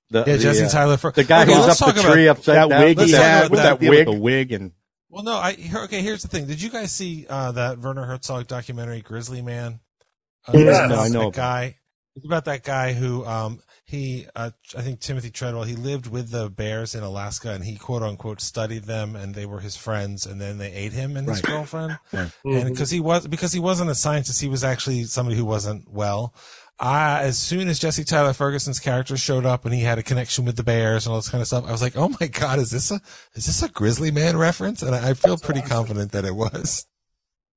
F: the,
H: Yeah,
F: the,
H: Justin
F: uh,
H: Tyler for
F: the guy
H: Okay, let's
F: who's up
H: talk
F: the
H: about-
F: tree upside
E: That
F: down,
E: wig
H: let's
E: he
H: talk
E: had
H: about
E: with
H: that
E: that wig, the wig, and
H: Well, no, I here- okay. Here's the thing. Did you guys see uh, that Werner Herzog documentary, Grizzly Man? Uh,
G: Yeah.
H: it's
G: No,
H: about
E: I know
H: that
E: about
H: guy. It's about that guy who um, he uh, I think Timothy Treadwell. He lived with the bears in Alaska, and he quote unquote studied them, and they were his friends, and then they ate him and his
E: Right.
H: girlfriend,
E: Right.
H: and because he was because he wasn't a scientist, he was actually somebody who wasn't well. I, as soon as Jesse Tyler Ferguson's character showed up and he had a connection with the Bears and all this kind of stuff, I was like, "Oh my God, is this a is this a Grizzly Man reference?" And I, I feel pretty confident that it was.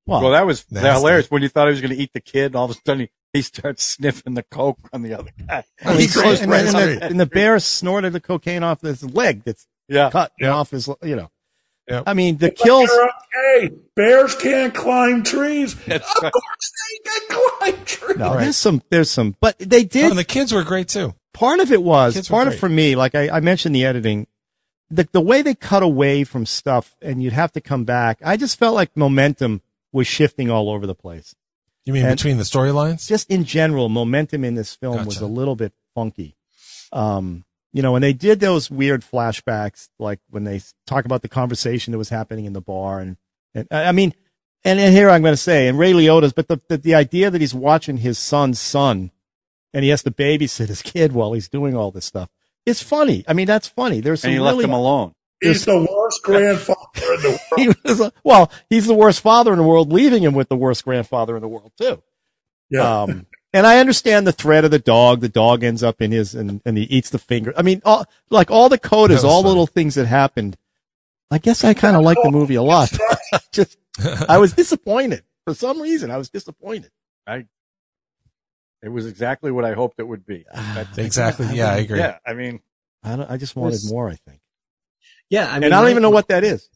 E: well,
F: Well, that was that
H: Nasty.
F: hilarious when you thought he was going to eat the kid, and all of a sudden he, he starts sniffing the coke on the other guy.
H: Oh,
E: he
H: he's
E: goes
H: great.
E: right in
H: And
E: the-
H: then-
E: and the bear snorted the cocaine off his leg that's
F: Yeah,
E: cut
H: Yeah.
E: off his, you know.
H: Yeah.
E: I mean, the kills.
G: They're okay. Bears can't climb trees.
F: That's
G: of
F: right.
G: course they can climb trees.
E: No,
H: Right.
E: there's some, there's some, but they
H: Oh,
E: did.
H: and the kids were great too.
E: part of it was
H: Kids were
E: part of
H: great.
E: for me. Like I, I mentioned, the editing, the the way they cut away from stuff, and you'd have to come back. I just felt like momentum was shifting all over the place.
H: You mean
E: And-
H: between the storylines?
E: Just in general, momentum in this film was
H: Gotcha.
E: a little bit funky. Um, you know, when they did those weird flashbacks, like when they talk about the conversation that was happening in the bar, and and I I mean, and, and here I'm going to say, and Ray Liotta's, but the, the the idea that he's watching his son's son, and he has to babysit his kid while he's doing all this stuff, it's funny. I mean, that's funny. There's some
F: and he
E: really
F: left him alone.
G: He's the worst grandfather in the world.
E: he was a- well, he's the worst father in the world, leaving him with the worst grandfather in the world too.
G: Yeah.
E: Um, and I understand the threat of the dog. The dog ends up in his and, and he eats the finger. I mean, all, like all the code is
H: That was
E: all
H: funny.
E: little things that happened. I guess I kind of like the movie a lot. I Just I was disappointed for some reason. I was disappointed.
F: It was exactly what I hoped it would be. That's-
H: exactly. Yeah, I agree.
F: Yeah, I mean,
E: Ah, I, don't, I just wanted
I: This-
E: more. I think,
I: Yeah, I mean,
E: and I don't
I: my-
E: even know what that is.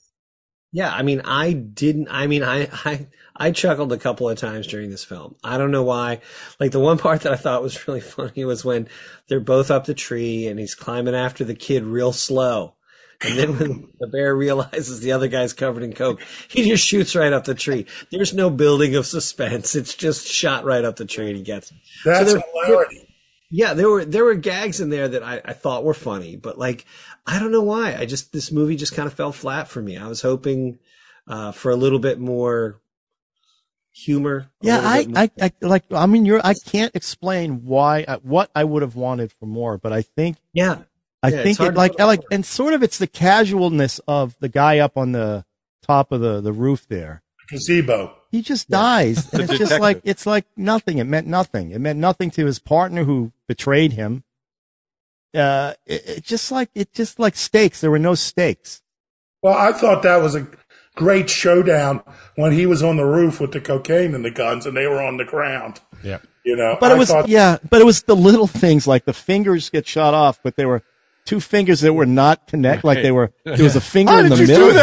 I: Yeah, I mean, I didn't. I mean, I, I I chuckled a couple of times during this film. I don't know why. Like the one part that I thought was really funny was when they're both up the tree and he's climbing after the kid real slow, and then when the bear realizes the other guy's covered in coke, he just shoots right up the tree. There's no building of suspense. It's just shot right up the tree and he gets. it.
G: That's
I: So there-
G: hilarity.
I: yeah, there were there were gags in there that I, I thought were funny, but like I don't know why. I just this movie just kind of fell flat for me. I was hoping uh, for a little bit more humor. a
E: Yeah,
I: little
E: I,
I: bit more-
E: I, I, like, I mean, you're, I can't explain why, uh, what I would have wanted for more, but I think
I: yeah,
E: I
I: Yeah, it's
E: think
I: hard
E: it
I: to
E: like
I: put
E: I
I: a
E: like
I: word.
E: and sort of it's the casualness of the guy up on the top of the the roof there.
G: Gazebo.
E: He just dies. And it's just
F: detective.
E: like it's like nothing. It meant nothing. It meant nothing to his partner who betrayed him. Uh it, it just like it just like stakes. There were no stakes.
G: Well, I thought that was a great showdown when he was on the roof with the cocaine and the guns, and they were on the ground.
H: Yeah.
G: You know,
E: But it
G: I
E: was
G: thought,
E: yeah, but it was the little things like the fingers get shot off, but they were two fingers that were not connect like they were there was a finger in the middle.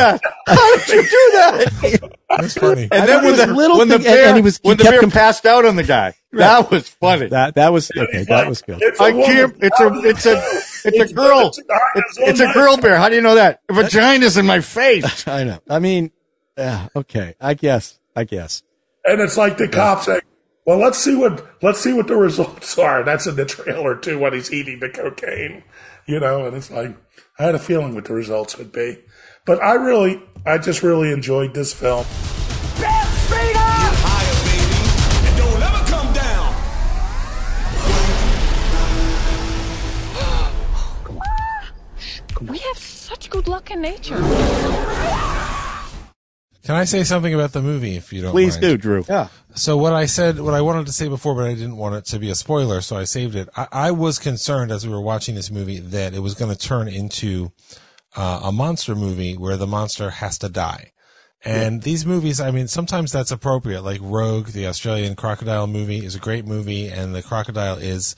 F: How did you do that?
H: That's funny.
E: I
F: And
E: mean,
F: then when
E: it was
F: the
E: little
F: when the
E: thing- and-
F: bear,
E: and he was- he
F: when the
E: kept
F: bear
E: comp-
F: passed out on the guy, that was funny.
E: That that was okay, that was good.
G: It's a
F: I
G: woman.
F: can't. It's a. It's a. It's a girl. It's, it's a girl bear. How do you know that? Vagina's in my face.
E: I know. I mean, yeah, okay. I guess. I guess.
G: And it's like the cops saying, "Well, let's see what let's see what the results are." That's in the trailer too when he's eating the cocaine, you know. And it's like I had a feeling what the results would be, but I really, I just really enjoyed this film.
D: Higher, baby, and don't ever come down.
C: We have such good luck in nature.
H: Can I say something about the movie if you don't
E: Please
H: mind?
E: do, Drew.
F: Yeah.
H: So what I said, what I wanted to say before, but I didn't want it to be a spoiler, so I saved it. I, I was concerned as we were watching this movie that it was going to turn into uh, a monster movie where the monster has to die. And these movies, I mean, sometimes that's appropriate. Like Rogue, the Australian crocodile movie, is a great movie, and the crocodile is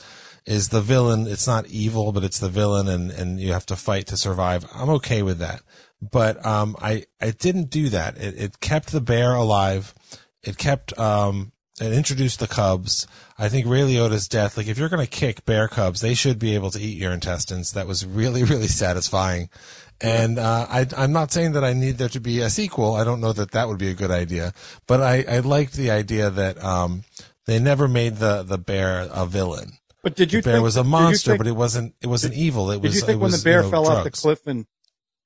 H: is the villain. It's not evil, but it's the villain, and and you have to fight to survive. I'm okay with that, but um, I I didn't do that. It, it kept the bear alive. It kept um, it introduced the cubs. I think Ray Liotta's death, like if you're going to kick bear cubs, they should be able to eat your intestines. That was really, really satisfying. And uh, I, I'm not saying that I need there to be a sequel. I don't know that that would be a good idea, but I, I liked the idea that um, they never made the the bear a villain.
F: But did you
H: the bear
F: think
H: was a
F: did you
H: monster,
F: think-
H: but it wasn't. It wasn't evil. It
F: Did
H: was.
F: you
H: it
F: think when the
H: was,
F: bear
H: you know,
F: fell off the
H: drugs.
F: cliff and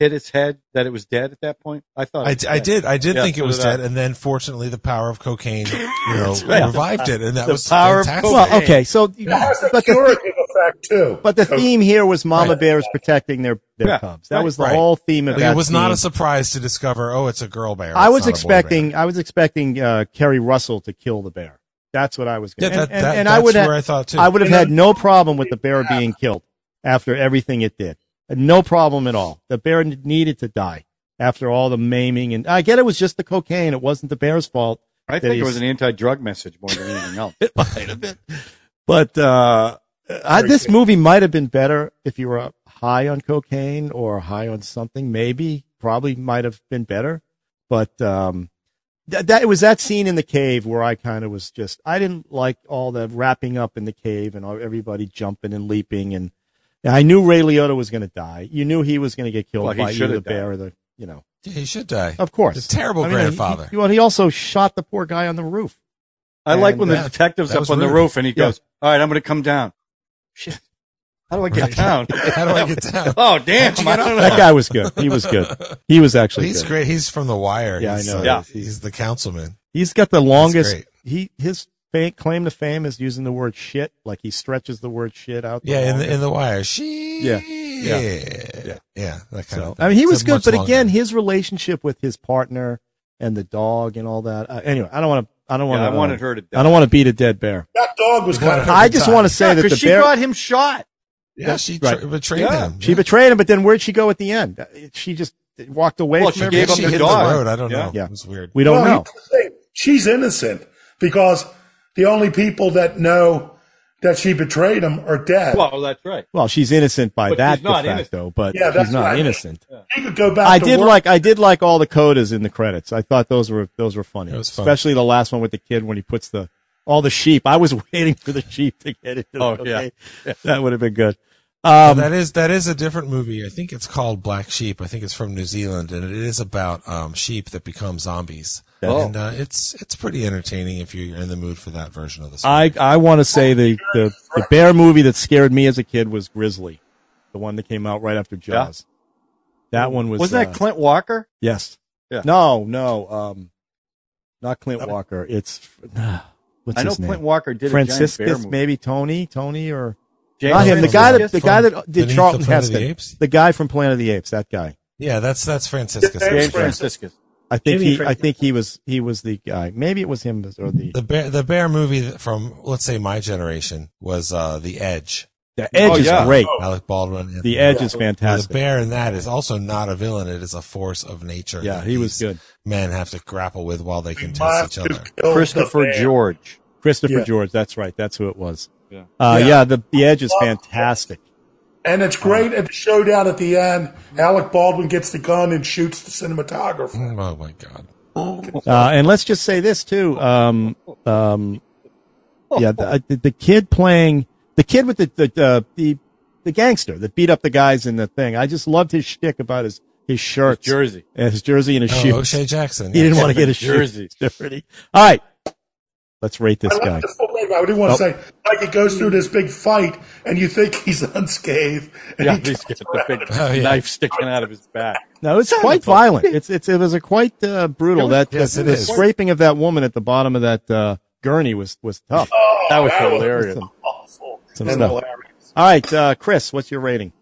F: hit its head that it was dead at that point? I thought it
H: I,
F: was
H: I
F: dead.
H: did. I did
F: Yeah,
H: think it
F: so
H: was
F: did I.
H: dead, and then fortunately, the power of cocaine, you know,
F: right.
H: revived it, and that
F: The
H: was
F: power of
H: fantastic.
E: Well, okay. So,
G: It has a
E: but, the,
G: curative effect too.
E: but the
G: So-
E: theme here was Mama
H: Right.
E: Bear is protecting their, their
F: Yeah.
E: cubs. That was the
H: Right.
E: whole theme of
H: Like,
E: that.
H: it was not a
E: scene.
H: surprise to discover, oh, it's a girl bear.
E: I
H: It's
E: was
H: not a boy bear.
E: expecting. I was expecting uh, Kerry Russell to kill the bear. That's what I was.
H: Yeah,
E: Gonna,
H: that, that,
E: I
H: that's
E: would
H: where
E: have.
H: I thought too.
E: I would have
G: And
E: had
G: then-
E: no problem with the bear being killed after everything it did. No problem at all. The bear needed to die after all the maiming, and I get it was just the cocaine. It wasn't the bear's fault.
F: I
E: that
F: think it
E: he's-
F: was an anti-drug message more than anything else.
E: it might have been. But uh, I, this movie might have been better if you were high on cocaine or high on something. Maybe, probably, might have been better. But um, that, that it was that scene in the cave where I kind of was just I didn't like all the wrapping up in the cave and all, everybody jumping and leaping and. I knew Ray Liotta was going to die. You knew he was going to get killed
F: Well, he
E: by either
F: should
E: the
F: have
E: bear or the, you know,
H: Yeah, he should die.
E: of course.
H: The terrible
E: I mean, he-
H: grandfather.
E: he- well, he also shot the poor guy on the roof.
F: I like when the
H: Yeah,
F: detective's
H: that
F: up
H: was
F: on the
H: rude.
F: roof and he
E: Yeah.
F: goes, "All right, I'm going to come down." Shit, how do I get down?
H: How do I get down?
F: oh damn!
H: How'd you get
F: I-
H: up
E: That
H: there?
E: guy was good. He was good. He was actually
H: He's
E: good.
H: great. He's from The Wire.
E: Yeah, I
H: he's, uh,
E: know.
F: Yeah.
H: He's the councilman.
E: He's got the longest.
H: great.
E: He his fa- claim to fame is using the word shit. Like he stretches the word shit out. the
H: Yeah, in the,
E: longest.
H: in the Wire. She.
E: Yeah.
H: Yeah. Yeah. that kind
E: so
H: of. Thing.
E: I mean, he
H: It's
E: was
H: a
E: good,
H: much
E: but
H: longer-
E: again, his relationship with his partner and the dog and all that. Uh, anyway, I don't want to. I don't want.
F: Yeah, I wanted her to die.
E: I don't want to beat a dead bear.
G: that dog was kind of.
E: I just want to say
F: Yeah,
E: that the
F: because she
E: bear
F: got him shot.
H: yeah, she
E: Right.
H: tra- betrayed
F: Yeah.
H: him.
E: she
H: yeah.
E: betrayed him, but then where'd she go at the end? Uh, She just walked away.
F: Well,
E: from
F: she
E: everybody.
F: gave up
H: she
F: the
H: hit
F: dog.
H: the road. I don't know.
E: Yeah.
H: It was weird.
E: We don't
G: Well,
E: know.
G: here's Oh, the thing. She's innocent because the only people that know that she betrayed him are dead.
F: Well, that's right.
E: Well, she's innocent by
F: But
E: that
F: she's not
E: de facto,
F: innocent.
E: but
G: Yeah, that's
E: she's
G: what I
E: not
G: mean.
E: innocent.
G: he could go back.
E: I
G: to
E: did
G: work.
E: like I did like all the codas in the credits. I thought those were those were funny,
H: It was fun.
E: especially the last one with the kid when he puts the all the sheep. I was waiting for the sheep to get into.
F: Oh,
E: the coda. that would have been good. Um,
H: that is that is a different movie. I think it's called Black Sheep. I think it's from New Zealand, and it is about um, sheep that become zombies.
F: Oh.
H: And uh, it's it's pretty entertaining if you're in the mood for that version of the story.
E: I I want to say the, the the bear movie that scared me as a kid was Grizzly, the one that came out right after Jaws. That one was
F: Was not that
E: uh,
F: Clint Walker?
E: Yes.
F: Yeah.
E: No, no, um, not Clint
H: That-
E: Walker. It's what's
F: I know
E: his name?
F: Clint Walker did a giant
E: Franciscus,
F: bear movie.
E: maybe Tony, Tony or
F: James
E: not him. The guy that the
F: Franciscus?
E: guy that
H: From
E: did
H: Beneath
E: Charlton
H: the Planet of the
E: Heston,
H: Apes?
E: the guy from Planet of the Apes, that guy.
H: yeah, that's that's Franciscus.
F: James
G: Francis-
F: Franciscus.
E: I think
I: Jimmy
E: he, I
I: Francis.
E: think he was he was the guy. Maybe it was him or the
H: The bear, the bear movie that- from let's say my generation was uh, The Edge. Uh,
E: the Edge
F: Oh,
E: is
F: yeah.
E: great.
H: Alec Baldwin. and-
E: The Edge is
H: Where The
E: fantastic.
H: bear in that is also not a villain; it is a force of nature.
E: Yeah,
H: that
E: he was
H: these
E: good.
H: Men have to grapple with while they
G: Have
H: contest each
G: to
H: other.
G: kill the
F: Christopher
G: man.
F: George.
E: Christopher
G: Yeah.
E: George. That's right. That's who it was.
F: Yeah.
E: Uh,
G: Yeah.
E: yeah. the the Edge is fantastic.
G: And it's great at the showdown at the end. Alec Baldwin gets the gun and shoots the cinematographer.
H: Oh my god!
E: Uh, and let's just say this too. Um, um, yeah, the, the- the kid playing the kid with the the, the the the gangster that beat up the guys in the thing. I just loved his shtick about his his shirt,
F: His jersey.
E: and his jersey and his
H: Oh,
E: shoes.
H: O'Shea Jackson.
E: He didn't want to get his
F: Jersey.
E: jersey dirty. All right, let's rate this
G: I
E: guy.
G: like the full name. I do want to say, like it goes through this big fight, and you think he's unscathed. And
F: Yeah,
G: he
F: he's got
G: turns
F: the big
H: Oh, yeah.
F: knife sticking out of his back.
E: No, it's quite violent. It's it's it was a quite uh, brutal. that
H: yes,
E: that-
H: it
E: the
H: is.
E: scraping of that woman at the bottom of that uh, gurney was was tough.
H: Oh.
F: That was
G: that was
F: hilarious.
E: Some-
G: awful
E: some
G: and
E: stuff.
G: hilarious.
E: All right, uh, Chris, what's your rating?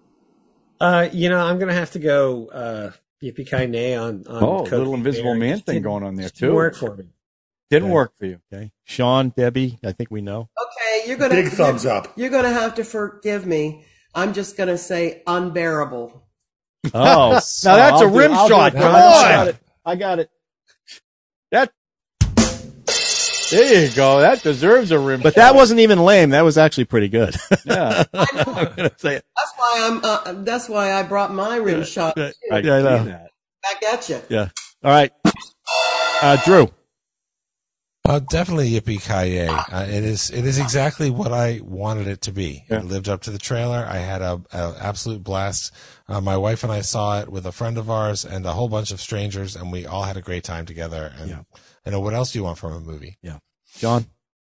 I: Uh, you know, I'm going to have to go uh, Yippee ki yay on, on
F: Oh,
I: Cocaine
F: little invisible
I: Bear.
F: man
I: Just
F: thing
I: didn't-
F: going on there,
I: just didn't
F: too.
I: Work for me.
F: Didn't
E: Okay.
F: work for you.
E: Okay. Sean, Debbie, I think we know.
A: Okay, you're gonna
G: Big thumbs up.
A: You're gonna have to forgive me. I'm just gonna say unbearable.
E: Oh,
F: Now that's a
E: I'll do-
F: rim
E: I'll do
F: shot.
E: it.
F: Come
E: I
F: on.
E: got it. I got it.
F: There you go. That deserves a rim
E: But
F: shot.
E: that wasn't even lame. That was actually pretty good.
F: Yeah.
E: I'm gonna say it.
A: That's why I'm. Uh, that's why I brought my rim shot
E: Yeah,
A: too,
E: I
A: back
E: know.
F: that.
A: at you.
E: All right. Uh, Drew.
H: Uh, definitely yippee ki yay!
E: Ah.
H: Uh, it is it is exactly what I wanted it to be.
F: Yeah.
H: It lived up to the trailer. I had a, a absolute blast. Uh, my wife and I saw it with a friend of ours and a whole bunch of strangers, and we all had a great time together. And
E: Yeah.
H: you know what else do you want from a movie?
E: John.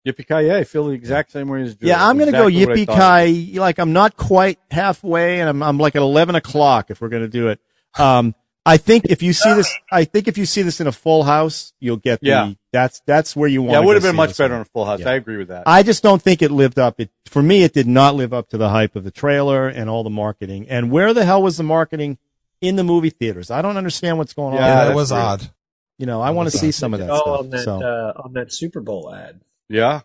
F: Yippee ki yay! I feel the exact same way as Drew.
E: Yeah, I'm
F: Exactly
E: gonna go
F: what I
E: yippee
F: thought.
E: ki. Like I'm not quite halfway, and I'm I'm like at 11 o'clock if we're gonna do it. Um, I think if you see this, I think if you see this in a full house, you'll get the.
F: Yeah.
E: That's that's where you want.
F: Yeah, it would have
E: go
F: been
E: see
F: much
E: this
F: better
E: one.
F: on a Full House.
E: Yeah.
F: I agree with that.
E: I just don't think it lived up. It for me, it did not live up to the hype of the trailer and all the marketing. And where the hell was the marketing in the movie theaters? I don't understand what's going
F: Yeah,
E: on.
H: Yeah, that
F: that's
H: was
F: weird.
H: odd.
E: You know, I want to see some of that
I: oh,
E: stuff.
I: on that
E: so
I: uh, on that Super Bowl ad.
F: yeah,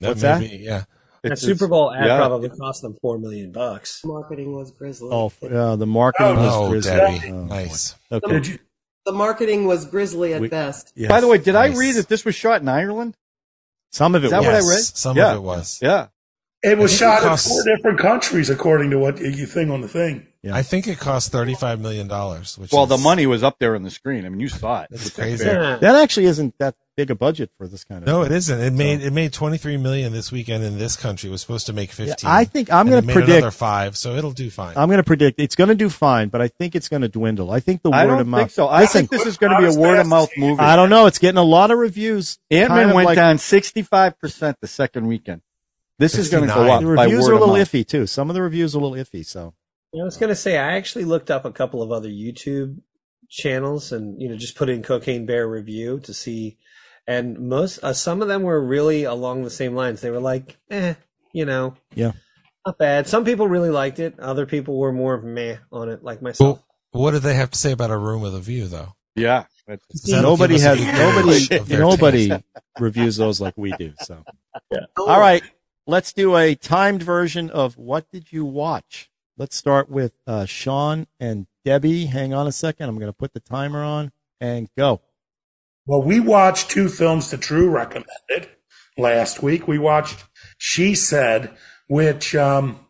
H: That
E: What's
H: may
E: that?
H: be- yeah,
I: That
F: It's-
I: Super Bowl ad
F: yeah.
I: probably cost them four million bucks.
A: Marketing was grisly.
E: oh, f- uh, the marketing was
H: Oh,
E: grisly.
H: Debbie.
E: Oh, boy.
H: nice.
E: Okay.
A: the marketing was grisly at
E: We-
A: best.
E: Yes.
F: By the way, did I
H: Nice.
F: read that this was shot in Ireland?
E: some of it
F: Is that
E: was.
F: what I
H: Yes,
F: read?
H: Some
F: Yeah.
H: of it was.
F: Yeah,
G: It
H: I
G: was
H: think
G: shot
H: it
G: in
H: costs-
G: four different countries, according to what you think on the thing.
E: Yeah.
H: I think it cost thirty five million dollars. Which
F: Well,
H: is,
F: the money was up there on the screen. I mean, you saw it.
H: That's crazy.
F: fair.
I: Yeah.
E: That actually isn't that big a budget for this kind of.
H: No,
E: thing.
H: it isn't. It made it made twenty three million this weekend in this country. It was supposed to make
E: Yeah,
H: fifteen.
E: I think I'm
H: And
E: going
H: it
E: to
H: made
E: predict.
H: another five, so it'll do fine.
E: I'm going to predict it's going to do fine, but I think it's going to dwindle. I think the word
F: I don't
E: of mouth.
F: think so. I
E: Listen,
F: think this is going to be a
G: Not as
F: word of
G: fast
F: mouth
G: as you-
F: movie.
E: I don't know. It's getting a lot of reviews.
F: Ant
E: kind
F: Man
E: of
F: went
E: like-
F: down sixty five percent the second weekend. This is going to go
H: 69.
F: up
E: The
F: by
E: reviews
F: word
E: are a
F: of
E: little
F: mouth.
E: iffy too. Some of the reviews are a little iffy. So
I: I was gonna say I actually looked up a couple of other YouTube channels and you know just put in Cocaine Bear review to see, and most uh, some of them were really along the same lines. They were like, eh, you know,
E: Yeah.
I: not bad. Some people really liked it. Other people were more meh on it, like myself.
H: Well, what do they have to say about a room with a view, though?
F: Yeah, that's
H: Does that
E: nobody
H: give us
E: has
H: a good gauge of
E: nobody
H: their taste?
E: nobody reviews those like we do. So all right, let's do a timed version of what did you watch. Let's start with uh, Sean and Debbie. Hang on a second. I'm going to put the timer on and go.
G: Well, we watched two films that Drew recommended last week. We watched She Said, which, um,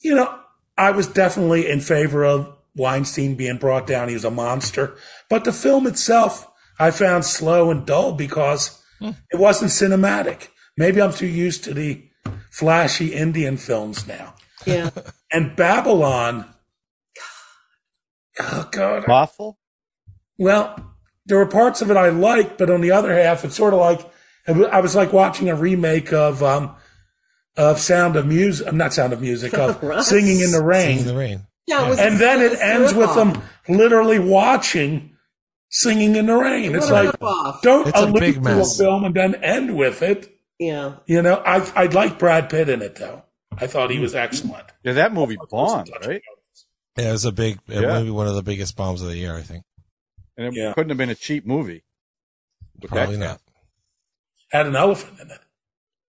G: you know, I was definitely in favor of Weinstein being brought down. He was a monster. But the film itself, I found slow and dull because it wasn't cinematic. Maybe I'm too used to the flashy Indian films now.
A: Yeah,
G: And Babylon, oh, God,
F: awful.
G: well, there were parts of it I liked, but on the other half, it's sort of like I was like watching a remake of um, of Sound of Music, not Sound of Music, of
A: Right.
G: Singing in the Rain,
H: Singing in the rain.
A: yeah. It was
G: and then it ends with them literally watching Singing in the Rain. It's like
A: off.
G: don't
H: It's a
G: allude
H: big
G: to
H: mess.
G: a film and then end with it.
A: Yeah,
G: You know, I I like Brad Pitt in it though. I thought he was excellent.
F: Yeah, that movie bombed, right?
H: Yeah, it was a big, it
F: Yeah.
H: might be one of the biggest bombs of the year, I think.
F: And it
G: Yeah.
F: couldn't have been a cheap movie. With that
H: Probably
F: cast.
H: not.
G: Had an elephant in it.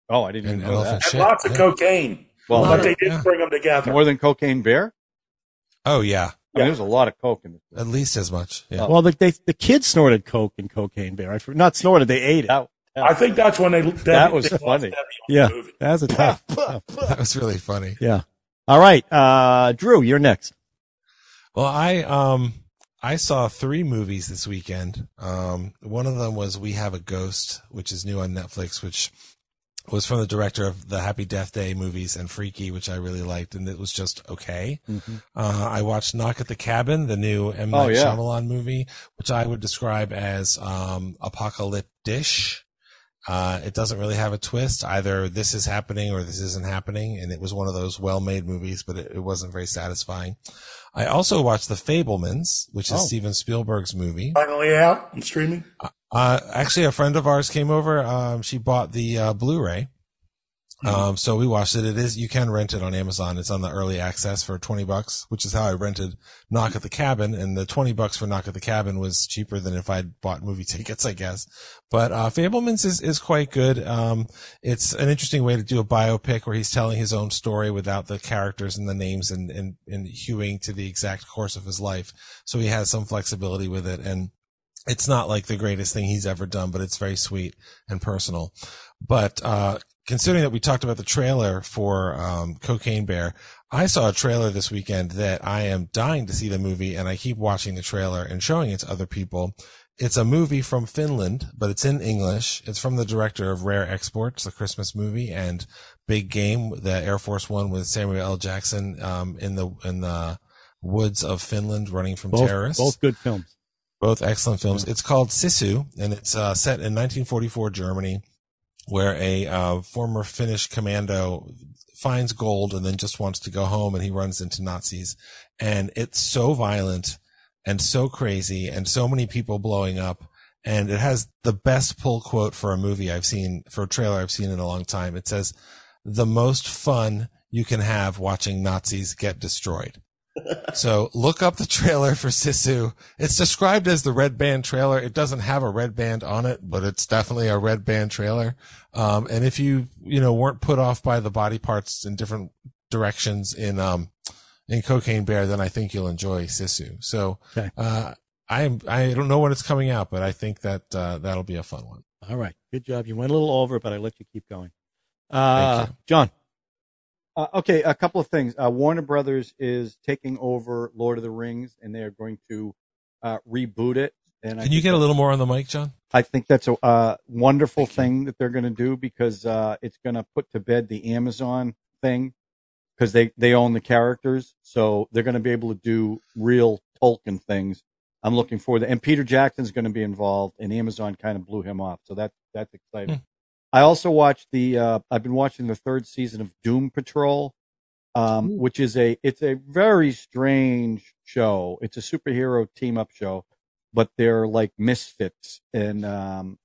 F: Oh, I didn't even
H: And
F: know
H: elephant
F: that.
G: Had
H: shit.
G: lots of
H: yeah.
G: cocaine,
F: Well,
G: but they did
H: Yeah.
G: not bring them together.
F: more than Cocaine Bear.
H: Oh yeah,
F: I mean, there's a lot of coke in this.
H: at least as much. Yeah.
E: Well, the they, the kids snorted coke and cocaine bear. I for- not snorted, they ate it.
F: That,
G: I think that's when they
F: That was
G: they lost
F: funny.
G: Debbie on the
E: Yeah,
G: movie.
E: that was a tough. tough.
H: that was really funny.
E: Yeah. All right, uh, Drew, you're next.
H: Well, I um I saw three movies this weekend. Um, one of them was We Have a Ghost, which is new on Netflix, which was from the director of the Happy Death Day movies and Freaky, which I really liked, and it was just okay. Uh, I watched Knock at the Cabin, the new M Night
F: Mm-hmm. Oh, yeah.
H: Shyamalan movie, which I would describe as um apocalyptic. Uh, it doesn't really have a twist. Either this is happening or this isn't happening. And it was one of those well-made movies, but it, it wasn't very satisfying. I also watched The Fablemans, which is
E: Oh.
H: Steven Spielberg's movie.
G: Finally out and streaming.
H: Uh, actually, a friend of ours came over. Um, she bought the uh, Blu-ray, Um, so we watched it. It is, you can rent it on Amazon. It's on the early access for 20 bucks, which is how I rented Knock at the Cabin. And the 20 bucks for Knock at the Cabin was cheaper than if I'd bought movie tickets, I guess. But, uh, Fableman's is, is quite good. Um, it's an interesting way to do a biopic where he's telling his own story without the characters and the names and, and, and hewing to the exact course of his life. So he has some flexibility with it. And, it's not like the greatest thing he's ever done, but it's very sweet and personal. But uh, considering that we talked about the trailer for um, Cocaine Bear, I saw a trailer this weekend that I am dying to see the movie, and I keep watching the trailer and showing it to other people. It's a movie from Finland, but it's in English. It's from the director of Rare Exports, the Christmas movie, and Big Game, the Air Force One with Samuel L. Jackson um, in the in the woods of Finland, running from
E: Both,
H: terrorists.
E: both good films.
H: Both excellent films. It's called Sisu, and it's uh, set in 1944 Germany, where a uh, former Finnish commando finds gold and then just wants to go home, and he runs into Nazis. And it's so violent and so crazy, and so many people blowing up. And it has the best pull quote for a movie I've seen, for a trailer I've seen in a long time. It says, "The most fun you can have watching Nazis get destroyed." So look up the trailer for Sisu. It's described as the red band trailer. It doesn't have a red band on it, but it's definitely a red band trailer. Um, and if you, you know, weren't put off by the body parts in different directions in, um, in Cocaine Bear, then I think you'll enjoy Sisu. So,
E: Okay.
H: uh, I'm, I don't know when it's coming out, but I think that, uh, that'll be a fun one.
E: All right. Good job. You went a little over, but I let you keep going. Uh,
H: Thank
E: John.
F: Uh, okay, a couple of things. Uh, Warner Brothers is taking over Lord of the Rings, and they are going to uh, reboot it. And I
H: Can you
F: think
H: get a
F: that-
H: little more on the mic, John?
F: I think that's a uh, wonderful thing that they're going to do because uh, it's going to put to bed the Amazon thing because they they own the characters, so they're going to be able to do real Tolkien things. I'm looking forward to, and Peter Jackson's going to be involved, and Amazon kind of blew him off, so that's that's exciting. I also watched the uh, I've been watching the third season of Doom Patrol, um, which is a it's a very strange show. It's a superhero team up show but they're like misfits and um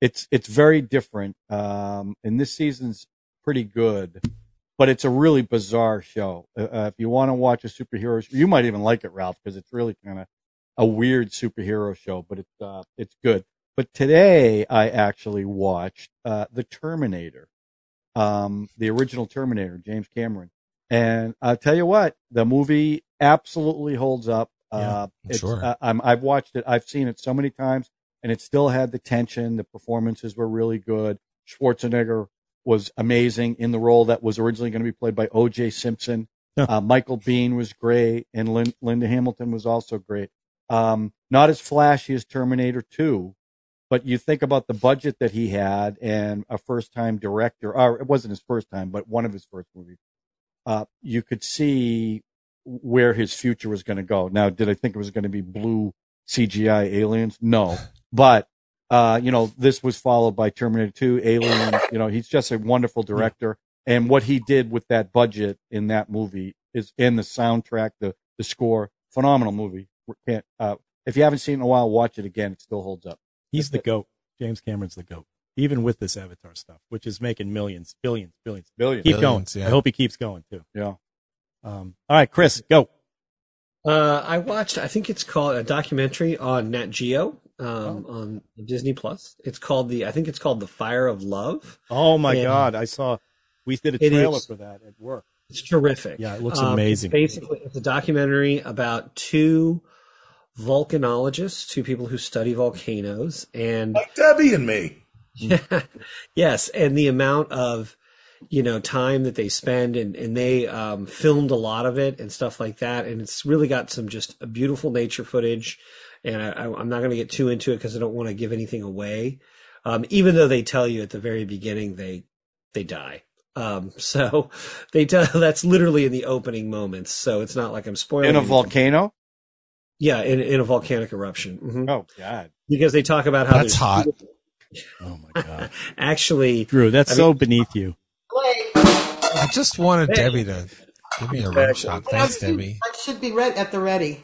F: it's it's very different um and this season's pretty good but it's a really bizarre show uh, uh, if you want to watch a superhero show, you might even like it ralph because it's really kind of a weird superhero show but it's uh it's good but today i actually watched uh the terminator um the original terminator james cameron and i'll tell you what the movie absolutely holds up uh
H: I'm
F: it's,
H: sure.
F: uh, I'm, i've watched it i've seen it so many times and it still had the tension the performances were really good schwarzenegger was amazing in the role that was originally going to be played by oj simpson
E: Yeah.
F: uh, michael bean was great and Lin- linda hamilton was also great um not as flashy as terminator 2 but you think about the budget that he had and a first time director, or it wasn't his first time, but one of his first movies, uh, you could see where his future was going to go. Now, did I think it was going to be blue CGI aliens? No, but, uh, you know, this was followed by Terminator 2, Alien. You know, he's just a wonderful director. And what he did with that budget in that movie is in the soundtrack, the, the score, phenomenal movie. Can't, uh, if you haven't seen it in a while, watch it again. It still holds up.
E: He's the goat. James Cameron's the goat, even with this Avatar stuff, which is making millions, billions, billions.
F: Billion.
E: Keep
H: Billions,
E: going.
H: yeah.
E: I hope he keeps going too.
F: Yeah.
E: Um, all right, Chris, go.
I: Uh, I watched, I think it's called a documentary on Nat Geo um, on Disney Plus. It's called the, I think it's called The Fire of Love.
E: Oh my
I: Yeah.
E: God, I saw. We did a
I: It
E: trailer
I: is.
E: for that at work.
I: It's terrific. Um,
E: Yeah, it looks
I: it's
E: amazing.
I: basically, it's a documentary about two volcanologists, two people who study volcanoes, and
G: Like Debbie and me.
I: yes, and the amount of you know time that they spend, and and they um, filmed a lot of it and stuff like that, and it's really got some just beautiful nature footage. And I, I, I'm not going to get too into it because I don't want to give anything away. Um, even though they tell you at the very beginning they they die. Um, so they tell that's literally in the opening moments. So it's not like I'm spoiling
F: in a
I: anything.
F: volcano.
I: Yeah, in, in a volcanic eruption. Mhm.
F: Oh God!
I: Because they talk about how
H: That's
I: there's-
H: hot.
E: Oh my God,
I: Actually,
E: Drew, that's
I: I
E: so beneath you.
H: I just wanted Debbie to give me a rim shot. Thanks,
A: I should-
H: Debbie.
A: I should be re- at the ready.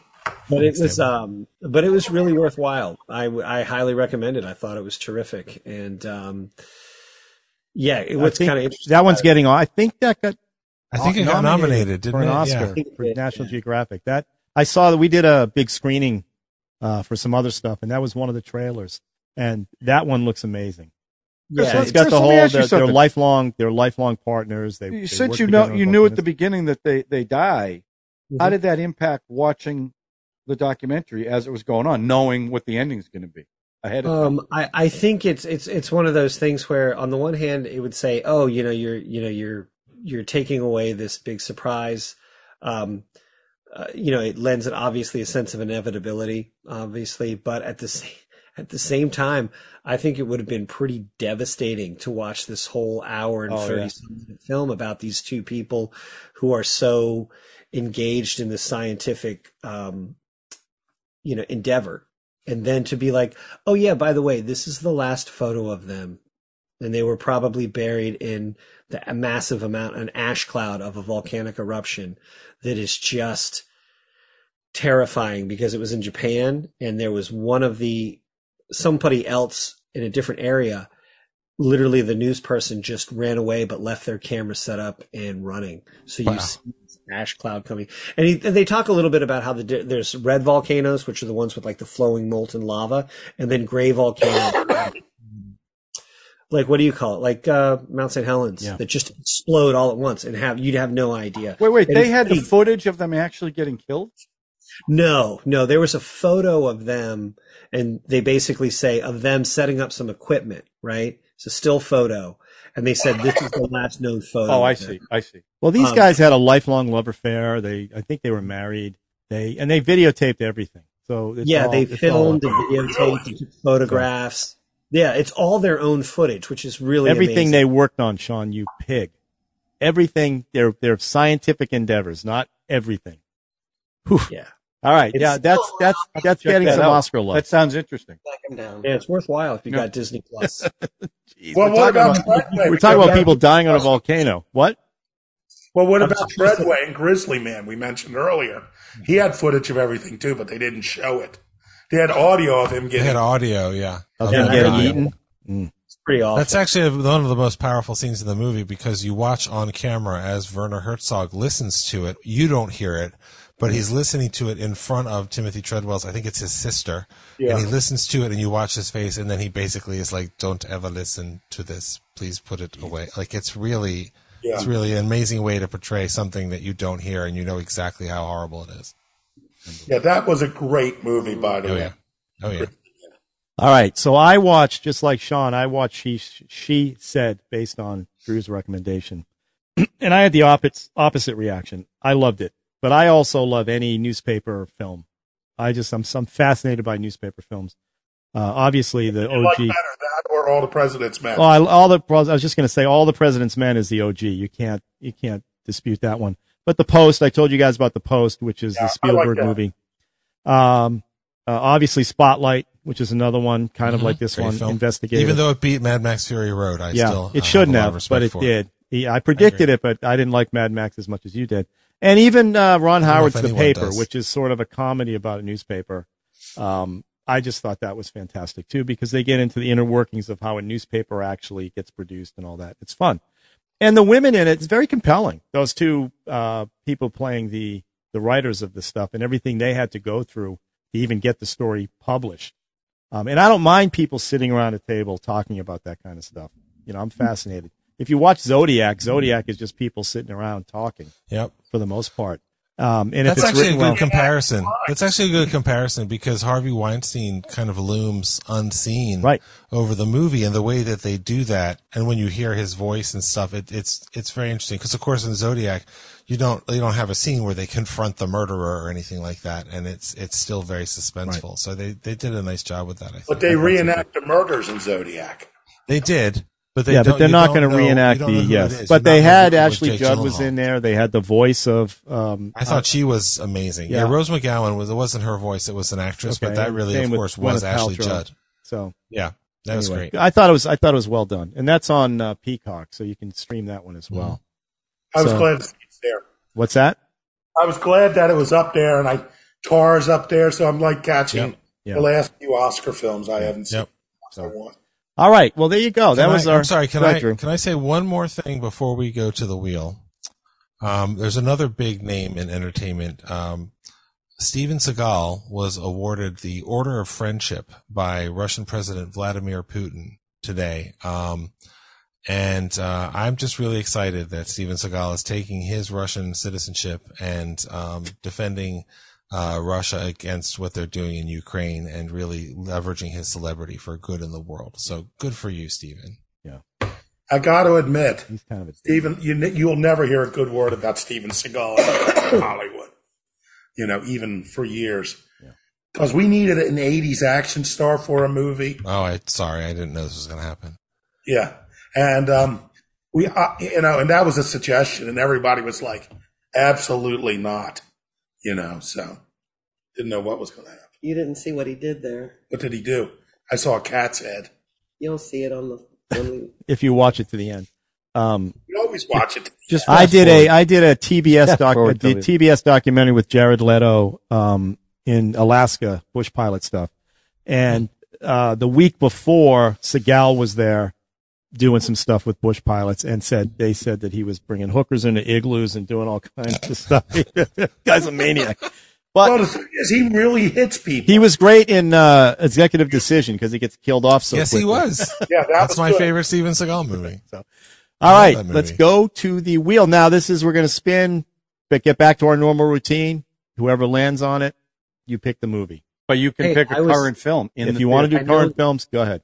I: but it
H: Thanks,
I: was
H: David.
I: um but it was really worthwhile i w- i highly recommend it i thought it was terrific and um Yeah, what's
E: think
I: kind of interesting. Uh,
E: that one's getting. I think that got.
H: I think it got nominated, didn't
E: for an
H: it?
E: Oscar
I: Yeah.
E: for National Geographic. That I saw that we did a big screening uh, for some other stuff, and that was one of the trailers. And that one looks amazing.
I: Yeah,
E: so it's
I: it-
E: got
F: Chris,
E: the
F: let me
E: whole
F: ask you
E: they're, they're
F: something.
E: lifelong they're lifelong partners. They, they
F: Since
E: work
F: you know
E: together on both
F: you
E: Mm-hmm.
F: knew at
E: ends.
F: the beginning that they they die, how
I: Mhm.
F: did that impact watching the documentary as it was going on, knowing what the ending's going to be ahead
E: Uh,
F: of time?
I: Um, I, I think it's it's it's one of those things where on the one hand it would say, oh, you know, you're you know you're you're taking away this big surprise. Um, uh, you know, it lends it obviously a sense of inevitability, obviously, but at the same at the same time, I think it would have been pretty devastating to watch this whole hour and
F: Oh,
I: thirty
F: yeah.
I: some minute film about these two people who are so engaged in this scientific um, you know endeavor and then to be like oh yeah by the way this is the last photo of them and they were probably buried in the a massive amount an ash cloud of a volcanic eruption that is just terrifying because it was in Japan and there was one of the somebody else in a different area literally the news person just ran away but left their camera set up and running so you
H: Wow.
I: see this ash cloud coming and, he, and they talk a little bit about how the di- there's red volcanoes which are the ones with like the flowing molten lava and then gray volcanoes like what do you call it like uh mount st helens
E: Yeah.
I: that just explode all at once and have you'd have no idea
F: Wait, wait,
I: And
F: they
I: it's
F: had the
I: pretty-
F: footage of them actually getting killed.
I: no, no, there was a photo of them and they basically say of them setting up some equipment, right? It's a still photo. And they said this is the last known photo.
F: Oh, I
I: of them.
F: see, I see.
E: Well, these
I: Um,
E: guys had a lifelong love affair. They, I think they were married. They and they videotaped everything. So it's
I: yeah,
F: Oh,
E: all-
I: they
E: it's all up
I: filmed and videotaped and took photographs. Yeah, it's all their own footage, which is really
E: everything
I: amazing.
E: they worked on, Sean. You pig. Everything their their scientific endeavors, not everything.
I: Yeah.
E: All right,
I: It's-
E: yeah, that's that's that's
F: Check
E: getting
F: that
E: some
F: out.
E: Oscar love.
F: That sounds interesting.
A: Back him down.
I: Yeah, it's worthwhile if you got Disney Plus.
G: Well, what
E: talking
G: about,
E: about-
G: Treadway?
E: We're talking about people dying on a volcano. What?
G: Well, what about Treadway and Grizzly Man we mentioned earlier? He had footage of everything too, but they didn't show it. They had audio of him
H: They
G: getting.
H: had audio, yeah.
E: Of
I: Yeah,
E: them
I: I
E: getting
I: know.
E: eaten.
I: It's pretty awful.
H: That's actually one of the most powerful scenes in the movie because you watch on camera as Werner Herzog listens to it. You don't hear it, but he's listening to it in front of Timothy Treadwell's, I think it's his sister. And he listens to it and you watch his face and then he basically is like, don't ever listen to this. Please put it away. Like it's really,
G: Yeah.
H: it's really an amazing way to portray something that you don't hear and you know exactly how horrible it is.
G: Yeah, that was a great movie, by the
H: Oh
G: way.
H: yeah. Oh yeah.
E: All right, so I watched just like Sean. I watched she she said based on Drew's recommendation, and I had the opposite opposite reaction. I loved it, but I also love any newspaper film. I just I'm, I'm fascinated by newspaper films. Uh, obviously, the
G: You like
E: OG.
G: better that or All the President's Men?
E: Oh, I, all the pres- I was just going to say all the President's Men is the OG. You can't you can't dispute that one. But the Post, I told you guys about the Post, which is the
G: Yeah, I like
E: Spielberg
G: that.
E: movie. Um, uh, obviously Spotlight, which is another one, kind of like this
H: Mm-hmm. Great
E: one,
H: film.
E: investigative.
H: Even though it beat Mad Max Fury Road, I
E: yeah,
H: still uh,
E: it shouldn't
H: a lot of
E: have,
H: respect
E: but it
H: for
E: did. Yeah, I predicted it, but I didn't like Mad Max as much as you did. And even uh, Ron
H: don't know
E: Howard's
H: if
E: The
H: anyone
E: Paper,
H: does.
E: which is sort of a comedy about a newspaper. Um, I just thought that was fantastic too, because they get into the inner workings of how a newspaper actually gets produced and all that. It's fun, and the women in it is very compelling. Those two uh, people playing the the writers of the stuff and everything they had to go through to even get the story published. Um, and I don't mind people sitting around a table talking about that kind of stuff. You know, I'm fascinated. If you watch Zodiac, Zodiac is just people sitting around talking
H: Yep.
E: for the most part. Um, and if
H: That's
E: it's
H: actually a
E: written
H: good
E: well,
H: comparison. That's actually a good comparison because Harvey Weinstein kind of looms unseen
E: Right.
H: over the movie and the way that they do that. And when you hear his voice and stuff, it, it's it's very interesting because of course in Zodiac, you don't they don't have a scene where they confront the murderer or anything like that, and it's it's still very suspenseful. So they they did a nice job with that. I think.
G: but they
H: I thought so.
G: reenact the murders in Zodiac.
H: They did. But they
E: yeah,
H: don't,
E: but they're
H: you
E: not
H: don't
E: going to
H: know-
E: reenact
H: you
E: the
H: don't know who it
E: yes.
H: is.
E: But
H: You're
E: they
H: not
E: had
H: familiar with
E: Ashley
H: Jake
E: Judd was
H: Gyllenhaal.
E: in there. They had the voice of um,
H: I thought she was amazing. Yeah.
E: Yeah.
H: Rose McGowan was it wasn't her voice; it was an actress.
E: Okay,
H: But that really,
E: same
H: of
E: with
H: course, was
E: Gwyneth
H: Ashley
E: Paltrow.
H: Judd.
E: so
H: Yeah, that was
E: anyway,
H: great.
E: I thought it was I thought it was well done, and that's on uh, Peacock, so you can stream that
H: Mm-hmm.
E: one as well.
G: I was
E: So-
G: glad to see it there.
E: What's that?
G: I was glad that it was up there, and I Tar's up there, so I'm like catching
H: Yep.
E: Yeah.
G: the last few Oscar films I haven't seen.
H: Yep.
G: So I want.
E: All right. Well, there you go. that
H: Can
E: was
H: I,
E: our.
H: I'm sorry. Can
E: Go
H: I
E: ahead, Drew.
H: can I say one more thing before we go to the wheel? Um, there's another big name in entertainment. Um, Steven Seagal was awarded the Order of Friendship by Russian President Vladimir Putin today. Um, and uh, I'm just really excited that Steven Seagal is taking his Russian citizenship and um, defending uh, Russia against what they're doing in Ukraine and really leveraging his celebrity for good in the world. So good for you, Steven.
G: I got to admit,
E: He's kind of a.
G: Steven, you ne- you'll never hear a good word about Steven Seagal in Hollywood. You know, even for years, because we needed an '80s action star for a movie.
H: Oh, I sorry, I didn't know this was going to happen.
G: Yeah, and um, we, uh, you know, and that was a suggestion, and everybody was like, "Absolutely not," you know. So didn't know what was going to happen.
A: You didn't see what he did there.
G: What did he do? I saw a cat's head.
A: You'll see it on the. On the
E: If you watch it to the end. Um,
G: You always watch it.
F: Just
E: I
F: fast
E: did
F: forward.
E: a I did a TBS doc
F: forward,
E: a
F: Toby.
E: TBS documentary with Jared Leto um, in Alaska bush pilot stuff, and uh, the week before Seagal was there doing some stuff with bush pilots and said they said that he was bringing hookers into igloos and doing all kinds of stuff. Guy's a maniac. But
G: Well, the thing is, he really hits people.
E: he was great in uh, Executive Decision because he gets killed off so
H: yes, he
E: quickly.
H: was.
G: yeah, that
H: That's
G: was
H: my
G: good.
H: favorite Steven Seagal movie.
E: All
H: I
E: right,
H: love that
E: let's
H: movie.
E: go to the wheel. Now, this is we're going to spin, but get back to our normal routine. Whoever lands on it, you pick the movie.
F: But you can
I: Hey,
F: pick a
I: I was-
F: current film. In
E: if
F: the
E: you want to
F: theater.
E: do
I: I know-
E: current films, go ahead.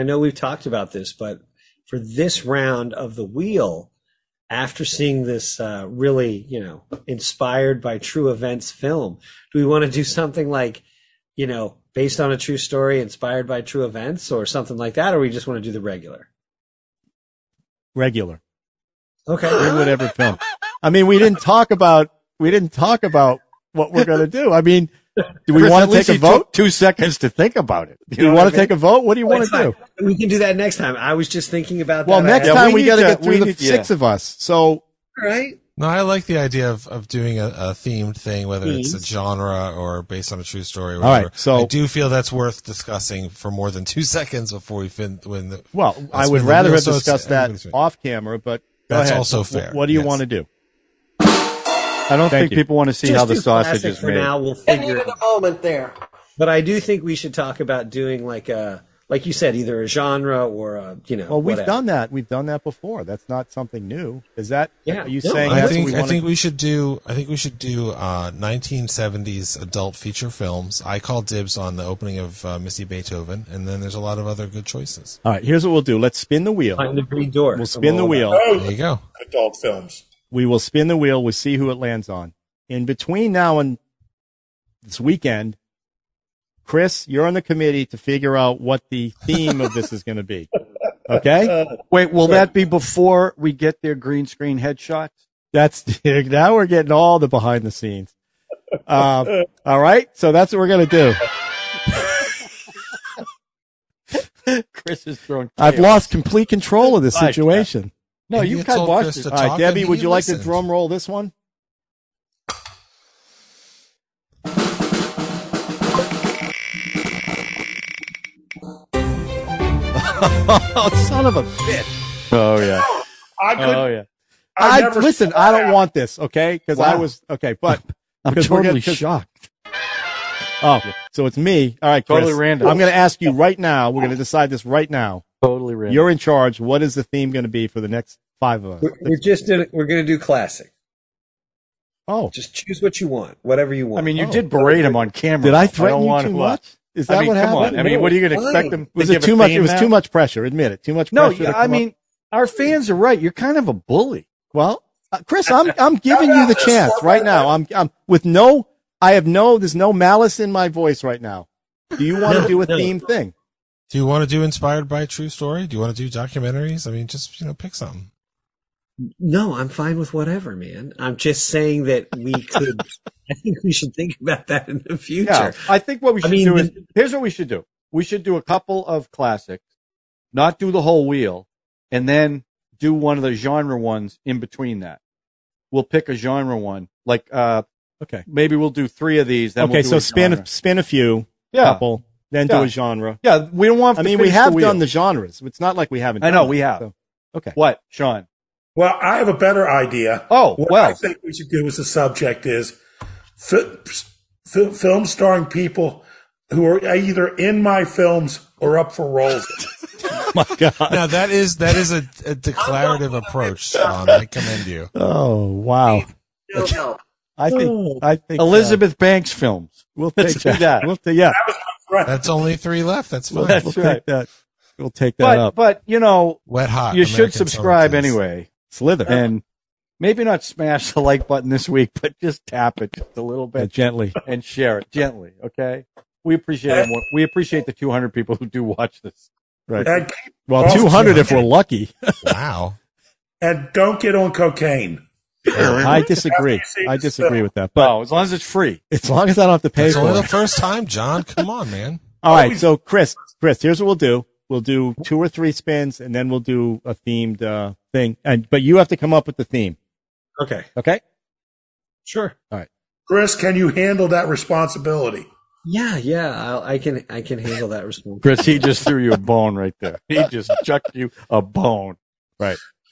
I: I know we've talked about this, but for this round of the wheel, after seeing this uh, really, you know, inspired by true events film, do we want to do something like, you know, based on a true story, inspired by true events, or something like that, or we just want to do the regular?
E: Regular,
I: Okay.
E: whatever film. I mean, we didn't talk about we didn't talk about what we're going to do. I mean, do we
F: Chris,
E: want
F: at
E: to take
F: least
E: a
F: you took
E: vote?
F: two seconds to think about it.
E: Do you want to take a vote? What do you want
I: It's
E: to do?
I: fine. We can do that next time. I was just thinking about
E: Well,
I: that. I
E: next
I: had-
E: time
F: we
E: we,
F: need
E: got to
F: to-
E: get
F: we
E: through the
F: need- yeah.
E: six of us. So
A: right?
H: No, I like the idea of, of doing a, a themed thing, whether it's a
I: Themes.
H: genre or based on a true story.
E: All
H: Or
E: right,
H: whatever.
E: so-
H: I do feel that's worth discussing for more than two seconds before we fin- win. The,
E: Well, I
H: That's
E: would
H: been
E: rather
H: the-
E: have
H: so it's-
E: discussed that
H: everybody's right.
E: off camera, but go
H: That's
E: ahead.
H: also
E: W-
H: fair,
E: What do you
H: yes.
E: want to do?
F: I
E: Thank
F: don't think
E: you.
F: people want to see
I: Just
F: how the
I: do
F: sausage
I: classic
F: is
I: for
F: made.
I: now. We'll
A: It
I: figure
A: needed
I: it out.
A: a moment there.
I: But I do think we should talk about doing like a, like you said, either a genre or a, you know,
E: Well, we've
I: whatever.
E: done that. We've done that before. That's not something new. Is that?
I: Yeah.
E: Are you
I: No,
E: saying?
I: I
H: I
E: that's
H: think
E: what we
H: I
E: wanna-
H: think we should do I think we should do uh, 1970s adult feature films. I call dibs on the opening of uh, Missy Beethoven, and then there's a lot of other good choices.
E: All right. Here's what we'll do. Let's spin the wheel.
I: Find the green door.
E: We'll spin the
I: Come on.
E: wheel.
H: There
G: Oh,
H: you go.
G: adult films.
E: We will spin the wheel. We'll see who it lands on. In between now and this weekend, Chris, you're on the committee to figure out what the theme of this is going to be. Okay.
F: Wait, will that be before we get their green screen headshots?
E: That's now we're getting all the behind the scenes. Uh, all right. So that's what we're going to do.
F: Chris is throwing.
E: I've
F: chaos.
E: lost complete control of this
F: Right.
E: situation.
F: No,
H: And
F: you
H: you
F: kind of
H: told
F: watched
H: Chris
F: it.
H: to
E: All right,
H: talk,
E: Debbie,
H: and
E: would
H: he
E: you like to
H: listened.
E: drum roll this one? oh, son of a bitch!
F: Oh yeah.
G: I could.
F: Oh yeah.
G: I
E: I,
G: never
E: listen.
G: saw
E: I don't
G: that.
E: want this, okay? Because I
F: Wow.
E: was okay, but
F: I'm
E: 'cause we're
F: totally
E: gonna- 'cause-
F: shocked.
E: oh, so it's me. All right, Chris.
F: Totally random.
E: I'm going to ask you right now. We're going to decide this right now.
F: Totally random.
E: You're in charge. What is the theme going to be for the next five of us?
I: We're, we're just doing, we're going to do classic.
E: Oh,
I: Just choose what you want, whatever you
F: I
I: want.
F: mean, you
E: Oh.
F: did berate him on camera.
E: did I
F: don't
E: threaten you
F: want
E: too
F: to-
E: much? Is that
F: I mean,
E: what
F: come
E: happened?
F: on. I mean, what are you going to
I: Why?
F: expect him?
E: was
F: to
E: it
F: give
E: too
F: a
E: much?
F: theme
E: It was
F: now?
E: too much pressure. Admit it. Too much
F: No,
E: pressure. to
F: yeah,
E: come
F: I
E: up-
F: mean, our fans are right. You're kind of a bully.
E: Well, uh, Chris, I'm I'm giving you the
G: This
E: chance
G: one
E: right
G: right
E: now. I'm I'm with no I have no there's no malice in my voice right now. Do you want to
I: No,
E: do a
I: no.
E: theme thing?
H: Do you want to do inspired by true story? Do you want to do documentaries? I mean, just you know, pick something.
I: no, I'm fine with whatever, man. I'm just saying that we could, I think we should think about that in the future.
F: Yeah, I think what we
I: I
F: should
I: mean,
F: do
I: the-
F: is here's what we should do. We should do a couple of classics, not do the whole wheel, and then do one of the genre ones in between that. We'll pick a genre one, like uh,
E: Okay.
F: maybe we'll do three of these. Then
E: Okay,
F: we'll do
E: so
F: a
E: spin
F: genre.
E: a, spin a few
F: yeah,
E: couple then
F: Yeah.
E: do a genre.
F: Yeah, we don't want.
E: I
F: to
E: mean, we
F: finish
E: have
F: wheel.
E: done the genres. It's not like we haven't.
F: I know
E: done
F: we
E: it,
F: have.
E: so- okay.
F: What, Sean?
G: Well, I have a better idea.
F: Oh,
G: what
F: well.
G: I think we should do as a subject is fi- fi- film starring people who are either in my films or up for roles.
H: Now that is that is a, a declarative approach, Sean. I commend you.
E: Oh wow!
A: No help.
E: I think I think uh,
F: Elizabeth Banks films.
E: we'll
F: Let's
E: take
F: do
E: that.
F: that.
E: We'll ta- yeah,
G: right.
H: That's only three left. That's fine.
F: That's
E: we'll
F: right.
E: take that. We'll take that
F: But
E: up.
F: but you know,
H: Wet hot.
F: you
H: American
F: should subscribe
H: Summer Kids.
F: anyway,
E: Slither
F: and maybe not smash the like button this week, but just tap it just a little
E: Uh,
F: bit
E: gently.
F: and share it gently. Okay, we appreciate everyone. we appreciate the 200 people who do watch this.
E: Right.
G: And,
E: Well,
G: Oh,
E: two hundred if we're lucky.
H: Wow.
G: and don't get on cocaine.
E: I disagree. I disagree with that. But
F: oh, as long as it's free.
E: as long as I don't have to pay
H: It's
E: for
H: only the
E: it.
H: first time, John. Come on, man.
E: All right. So Chris, Chris, here's what we'll do. We'll do two or three spins, and then we'll do a themed uh, thing. And but you have to come up with the theme.
I: Okay.
E: Okay.
I: Sure.
G: Chris, can you handle that responsibility?
I: Yeah, yeah. I'll, I can I can handle that response.
F: Chris, he just threw you a bone right there. He just chucked you a bone.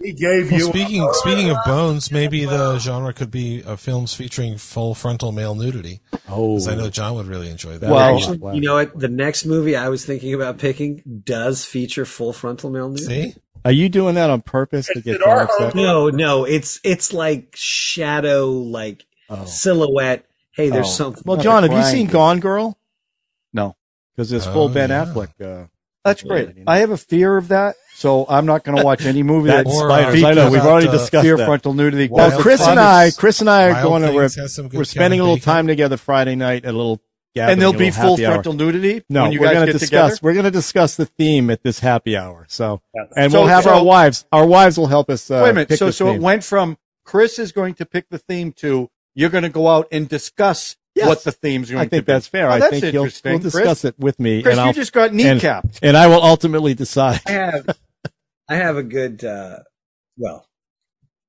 G: He gave
H: Well,
G: you.
H: speaking speaking of bones, maybe the genre could be uh, films featuring full frontal male nudity.
E: Oh,
H: 'Cause I know John would really enjoy that.
F: Well-
I: Actually, you know what? The next movie I was thinking about picking does feature full frontal male nudity.
H: see,
E: are you doing that on purpose to get
G: Is it our
E: John upset?
I: No, no, it's it's like shadow, like silhouette. Hey, there's
F: Oh.
I: something.
E: Well,
F: Not
E: John,
F: a
E: have you
F: crying
E: seen
F: girl.
E: Gone Girl?
F: No.
E: Because there's
H: Oh,
E: full Ben
H: yeah.
E: Affleck. Uh,
F: That's
E: Yeah.
F: great. I have a fear of that, so I'm not going to watch any movie that
E: that
H: Or,
E: spiders.
H: uh,
E: I know. We've
H: about,
E: already
H: uh,
E: discussed
F: fear
E: that.
F: frontal nudity.
H: Well,
E: Well,
F: causes
E: Chris and I,
H: Things-
E: Chris and I are
H: Wild
E: going to. We're,
H: Things has some good
E: we're spending a
H: Kevin
E: little
H: Bacon.
E: time together Friday night. A little. Gathering,
F: and there'll
E: a
F: be
E: little
F: full
E: happy hour.
F: frontal nudity
E: No,
F: when you
E: we're
F: guys
E: going to
F: get
E: discuss.
F: together.
E: We're going to discuss the theme at this happy hour. So, and
F: So-
E: we'll have
F: so-
E: our wives. Our wives will help us. Uh,
F: Wait a minute.
E: Pick
F: So
E: this
F: so it
E: theme.
F: went from Chris is going to pick the theme to you're going to go out and discuss
E: Yes.
F: what the theme's going
E: I think
F: to be.
E: that's fair.
F: Oh,
E: I
F: that's
E: think you'll,
F: interesting,
E: we'll discuss
F: Chris.
E: it with me,
F: Chris,
E: and
F: you
E: I'll
F: just got kneecapped.
E: and I will ultimately decide.
I: I have I have a good uh well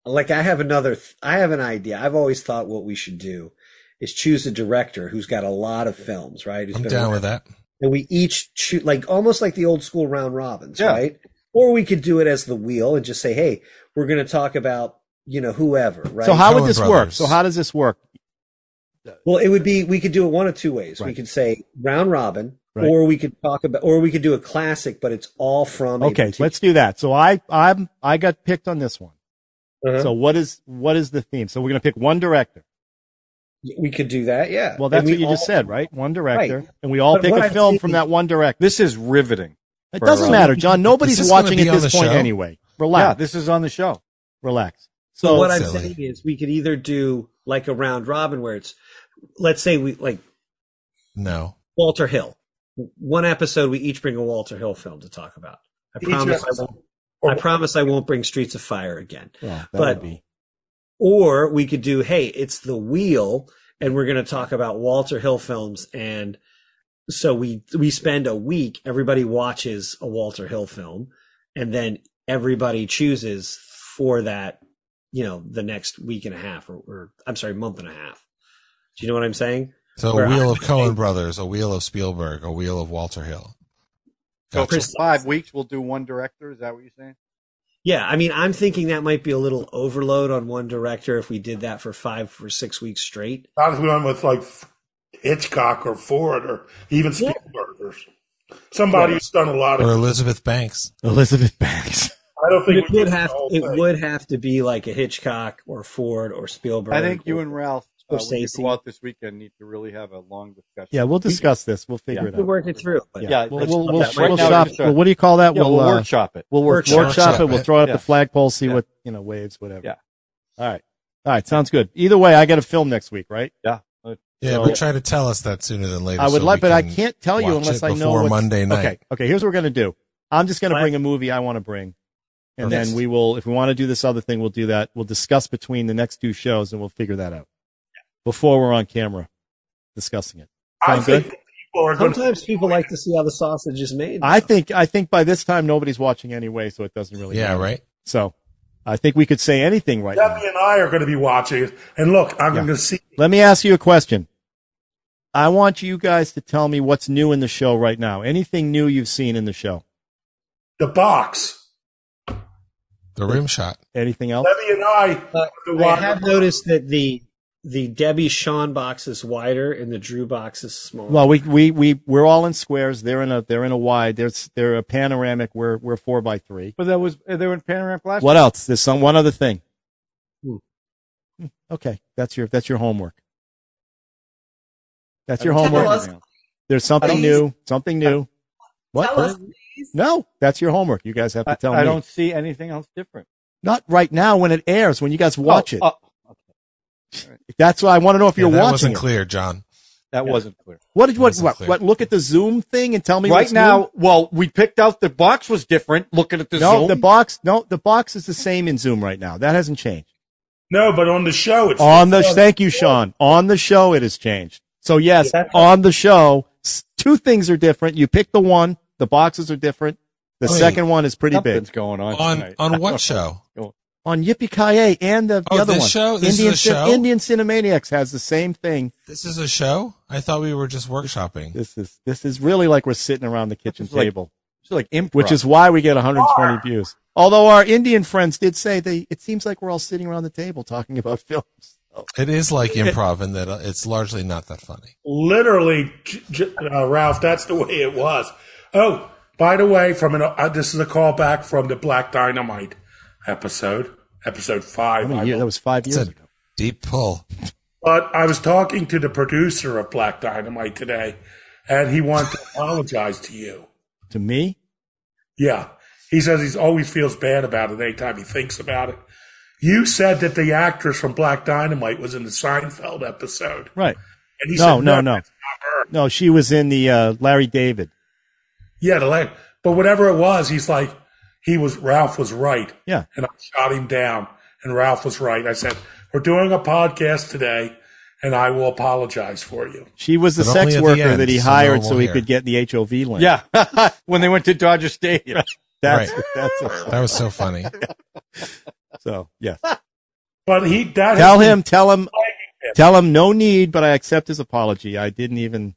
I: like I have another th- I have an idea. I've always thought what we should do is choose a director who's got a lot of films, right? Who's
H: I'm
I: been
H: down
I: around.
H: with that.
I: And we each choose like almost like the old school round robins,
F: Yeah.
I: right? Or we could do it as the wheel and just say, "Hey, we're going to talk about, you know, whoever," right?
E: So how
H: Coen
E: would this work?
H: Brothers.
E: So how does this work?
I: Well, it would be we could do it one of two ways. We
E: Right.
I: could say round robin,
E: Right.
I: or we could talk about, or we could do a classic, but it's all from. a
E: Okay,
I: particular-
E: let's do that. So I I'm I got picked on this one.
I: Uh-huh.
E: So what is what is the theme? So we're going to pick one director.
I: we could do that, yeah.
E: Well, that's
I: And we
E: what you just
I: all-
E: said, right? One director,
I: Right.
E: and we all
I: But
E: pick
I: what
E: a
I: I'm
E: film from
I: thinking-
E: that one director.
F: This is riveting.
E: It
F: for,
E: doesn't
F: uh,
E: matter, John.
H: this
E: Nobody's
H: gonna
E: watching
H: be
E: at
H: on
E: this
H: the
E: point
H: show?
E: anyway.
F: Yeah,
E: Relax,
F: this is on the show.
E: relax.
I: So what I'm
H: silly.
I: saying is, we could either do like a round robin where it's, let's say we like
H: No,
I: Walter Hill. One episode, we each bring a Walter Hill film to talk about. I
G: Each
I: promise I
G: episode.
I: won't. I promise I won't bring Streets of Fire again.
E: Well, that
I: But-
E: would be
I: Or we could do, hey, it's the wheel, and we're going to talk about Walter Hill films. And so we we spend a week. Everybody watches a Walter Hill film, and then everybody chooses for that. You know, the next week and a half, or, or I'm sorry, month and a half. Do you know what I'm saying?
H: so
I: Where
H: a wheel
I: I-
H: of Cohen Brothers, a wheel of Spielberg, a wheel of Walter Hill.
F: So for
H: Gotcha.
F: five weeks, we'll do one director. Is that what you're saying?
I: Yeah, I mean, I'm thinking that might be a little overload on one director if we did that for five or six weeks straight.
G: Not if we went with like Hitchcock or Ford or even
I: Yeah.
G: Spielberg or somebody who's done a lot
H: Or
G: of.
H: Elizabeth Banks.
E: Elizabeth Banks.
G: I don't think
I: It
G: we
I: would
G: did
I: have
G: the whole
I: it
G: thing.
I: would have to be like a Hitchcock or Ford or Spielberg.
F: I think you and Ralph, uh, when you
I: Scorsese.
F: go out this weekend, need to really have a long discussion.
E: Yeah, we'll discuss this. We'll figure
F: Yeah.
E: it
I: we
E: out.
I: work it through. but-
F: Yeah,
E: we'll
F: let's
E: we'll,
F: do
E: we'll,
F: that. Right
E: we'll
F: now,
E: shop.
F: just, uh,
E: Well, what do you call that?
F: yeah, we'll,
E: uh,
F: workshop it. We'll
E: We'll work,
I: Workshop.
E: workshop it. We'll throw out
F: Yeah.
E: the flagpole, see what you know, waves, whatever.
F: Yeah.
E: All right. All right. Sounds good. Either way, I got a film next week, right?
H: Yeah,
E: So-
H: but try to tell us that sooner than later.
E: I would
H: so
E: love,
H: we
E: but I
H: can
E: can't tell you
H: watch
E: unless
H: it
E: I know
H: before
E: what's-
H: Monday night.
E: Okay. Okay. Here's what we're gonna do. I'm just gonna
I: What?
E: bring a movie I want to bring, and
H: Perfect.
E: then we will. If we want to do this other thing, we'll do that. We'll discuss between the next two shows, and we'll figure that out before we're on camera discussing it.
G: I
E: Sound
G: think
E: good?
G: people are going to.
I: Sometimes people like to see how the sausage is made.
E: I think. I think by this time nobody's watching anyway, so it doesn't really.
H: Yeah,
E: matter.
H: right.
E: So, I think we could say anything right now.
G: Debbie and I are going to be watching. it. And look, I'm going to see.
E: Let me ask you a question. I want you guys to tell me what's new in the show right now. Anything new you've seen in the show?
G: The box.
H: The rim shot.
E: Anything else?
G: Levy and I.
I: Uh,
G: the
I: I
G: wire-
I: have noticed that the the Debbie Sean box is wider and the Drew box is smaller.
E: Well, we we we we're all in squares. They're in a they're in a wide. They're s- they're a panoramic. We're we're four by three.
F: But that was they were in Panoramic last.
E: What
F: year.
E: else? There's some one other thing.
I: Hmm.
E: Hmm, Okay, that's your that's your homework. That's
F: I
E: your
F: don't
A: Tell
E: homework.
F: know
A: us.
F: anything else.
E: There's something
A: Please.
E: new. Something new. What?
A: Tell us, please.
E: No, that's your homework. You guys have to
F: I,
E: tell
F: I
E: me.
F: don't see anything else different.
E: Not right now when it airs. When you guys watch
F: Oh,
E: it.
F: oh,
E: That's why I want to know if you're
H: Yeah, that
E: watching.
H: wasn't
E: it.
H: clear, John.
F: that wasn't clear.
E: What did what
H: wasn't
E: what,
H: clear.
E: what? Look at the Zoom thing and tell me
F: right
E: what's new?
F: now, well, we picked out the box was different. Looking at the
E: No,
F: Zoom,
E: the box. No, the box is the same in Zoom right now. That hasn't changed.
G: No, but on the show, it's
E: on the thank you, Sean. On the show, it has changed. So yes,
I: Yeah.
E: on the show, s- two things are different. You pick the one. The boxes are different. The
H: Wait.
E: second one is pretty
F: Oh, something's
E: big
F: going on.
H: On
F: tonight.
H: on what show?
E: on Yippee Ki and the, the
H: Oh,
E: other
H: this
E: one.
H: show? This is
E: Indian
H: a
E: Cin-
H: show?
E: Indian Cinemaniacs has the same thing.
H: This is a show. I thought we were just workshopping.
E: This is this is really like we're sitting around the kitchen
F: is like
E: table,
F: It's like improv.
E: which is why we get 120 views. Although our Indian friends did say they, it seems like we're all sitting around the table talking about films.
H: It is like improv in that uh, it's largely not that funny.
G: literally, J- J- uh, Ralph. That's the way it was. Oh, by the way, from an uh, this is a callback from the Black Dynamite episode, episode five.
E: I mean, yeah, that was five
H: It's
E: years
H: a
E: ago.
H: deep pull.
G: But I was talking to the producer of Black Dynamite today, and he wanted to apologize to you.
E: To me,
G: Yeah. He says he's always feels bad about it anytime he thinks about it. You said that the actress from Black Dynamite was in the Seinfeld episode.
E: right?
G: And he
E: No,
G: said,
E: no, no.
G: that's not her."
E: No, she was in the uh, Larry David.
G: Yeah, the la- but whatever it was, he's like, he was, Ralph was right.
E: Yeah.
G: And I shot him down. And Ralph was right. I said, we're doing a podcast today, and I will apologize for you.
E: She was the
H: But only
E: sex
H: at the
E: worker
H: end,
E: that he
H: so no
E: hired
H: one
E: so
H: will
E: he
H: hear.
E: could get the HOV link.
F: yeah, when they went to Dodger Stadium.
E: That's,
H: Right.
E: that's what-
H: That was so funny.
E: so, yeah.
G: But he, that
E: Tell
G: has-
E: him, tell him, tell him no need, but I accept his apology. I didn't even,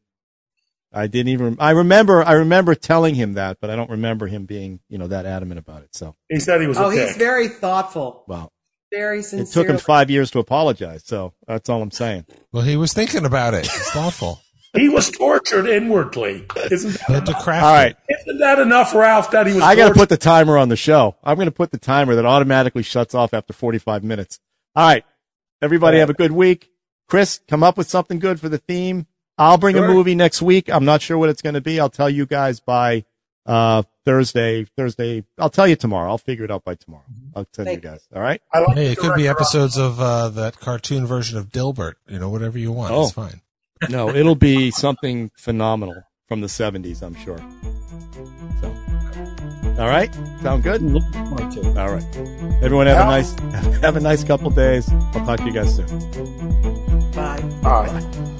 E: I didn't even, I remember, I remember telling him that, but I don't remember him being, you know, that adamant about it. So,
G: He said he was
A: Oh,
G: a dick.
A: he's very thoughtful,
E: wow.
A: very
E: It
A: sincere.
E: took him five years to apologize. So that's all I'm saying.
H: Well, he was thinking about it. It's thoughtful.
G: he was tortured inwardly. Isn't that
H: He had to craft
E: All right.
H: it.
G: Isn't that enough, Ralph? That he was.
E: I got to
G: tortured?
E: put the timer on the show. I'm going to put the timer that automatically shuts off after 45 minutes. All right. Everybody have a good week. Chris, come up with something good for the theme. I'll bring a
G: Sure.
E: movie next week. I'm not sure what it's going to be. I'll tell you guys by uh, Thursday. Thursday. I'll tell you tomorrow. I'll figure it out by tomorrow. I'll tell you
A: Thank you.
E: guys. All right.
G: I like
H: Hey, it could be
G: Director
H: episodes of uh, that cartoon version of Dilbert. You know, whatever you want,
E: Oh.
H: it's fine.
E: No, it'll be something phenomenal from the 70s, I'm sure. So, all right. Sound good? All right. Everyone have a nice have a nice couple days. I'll talk to you guys soon.
A: Bye.
G: Oz.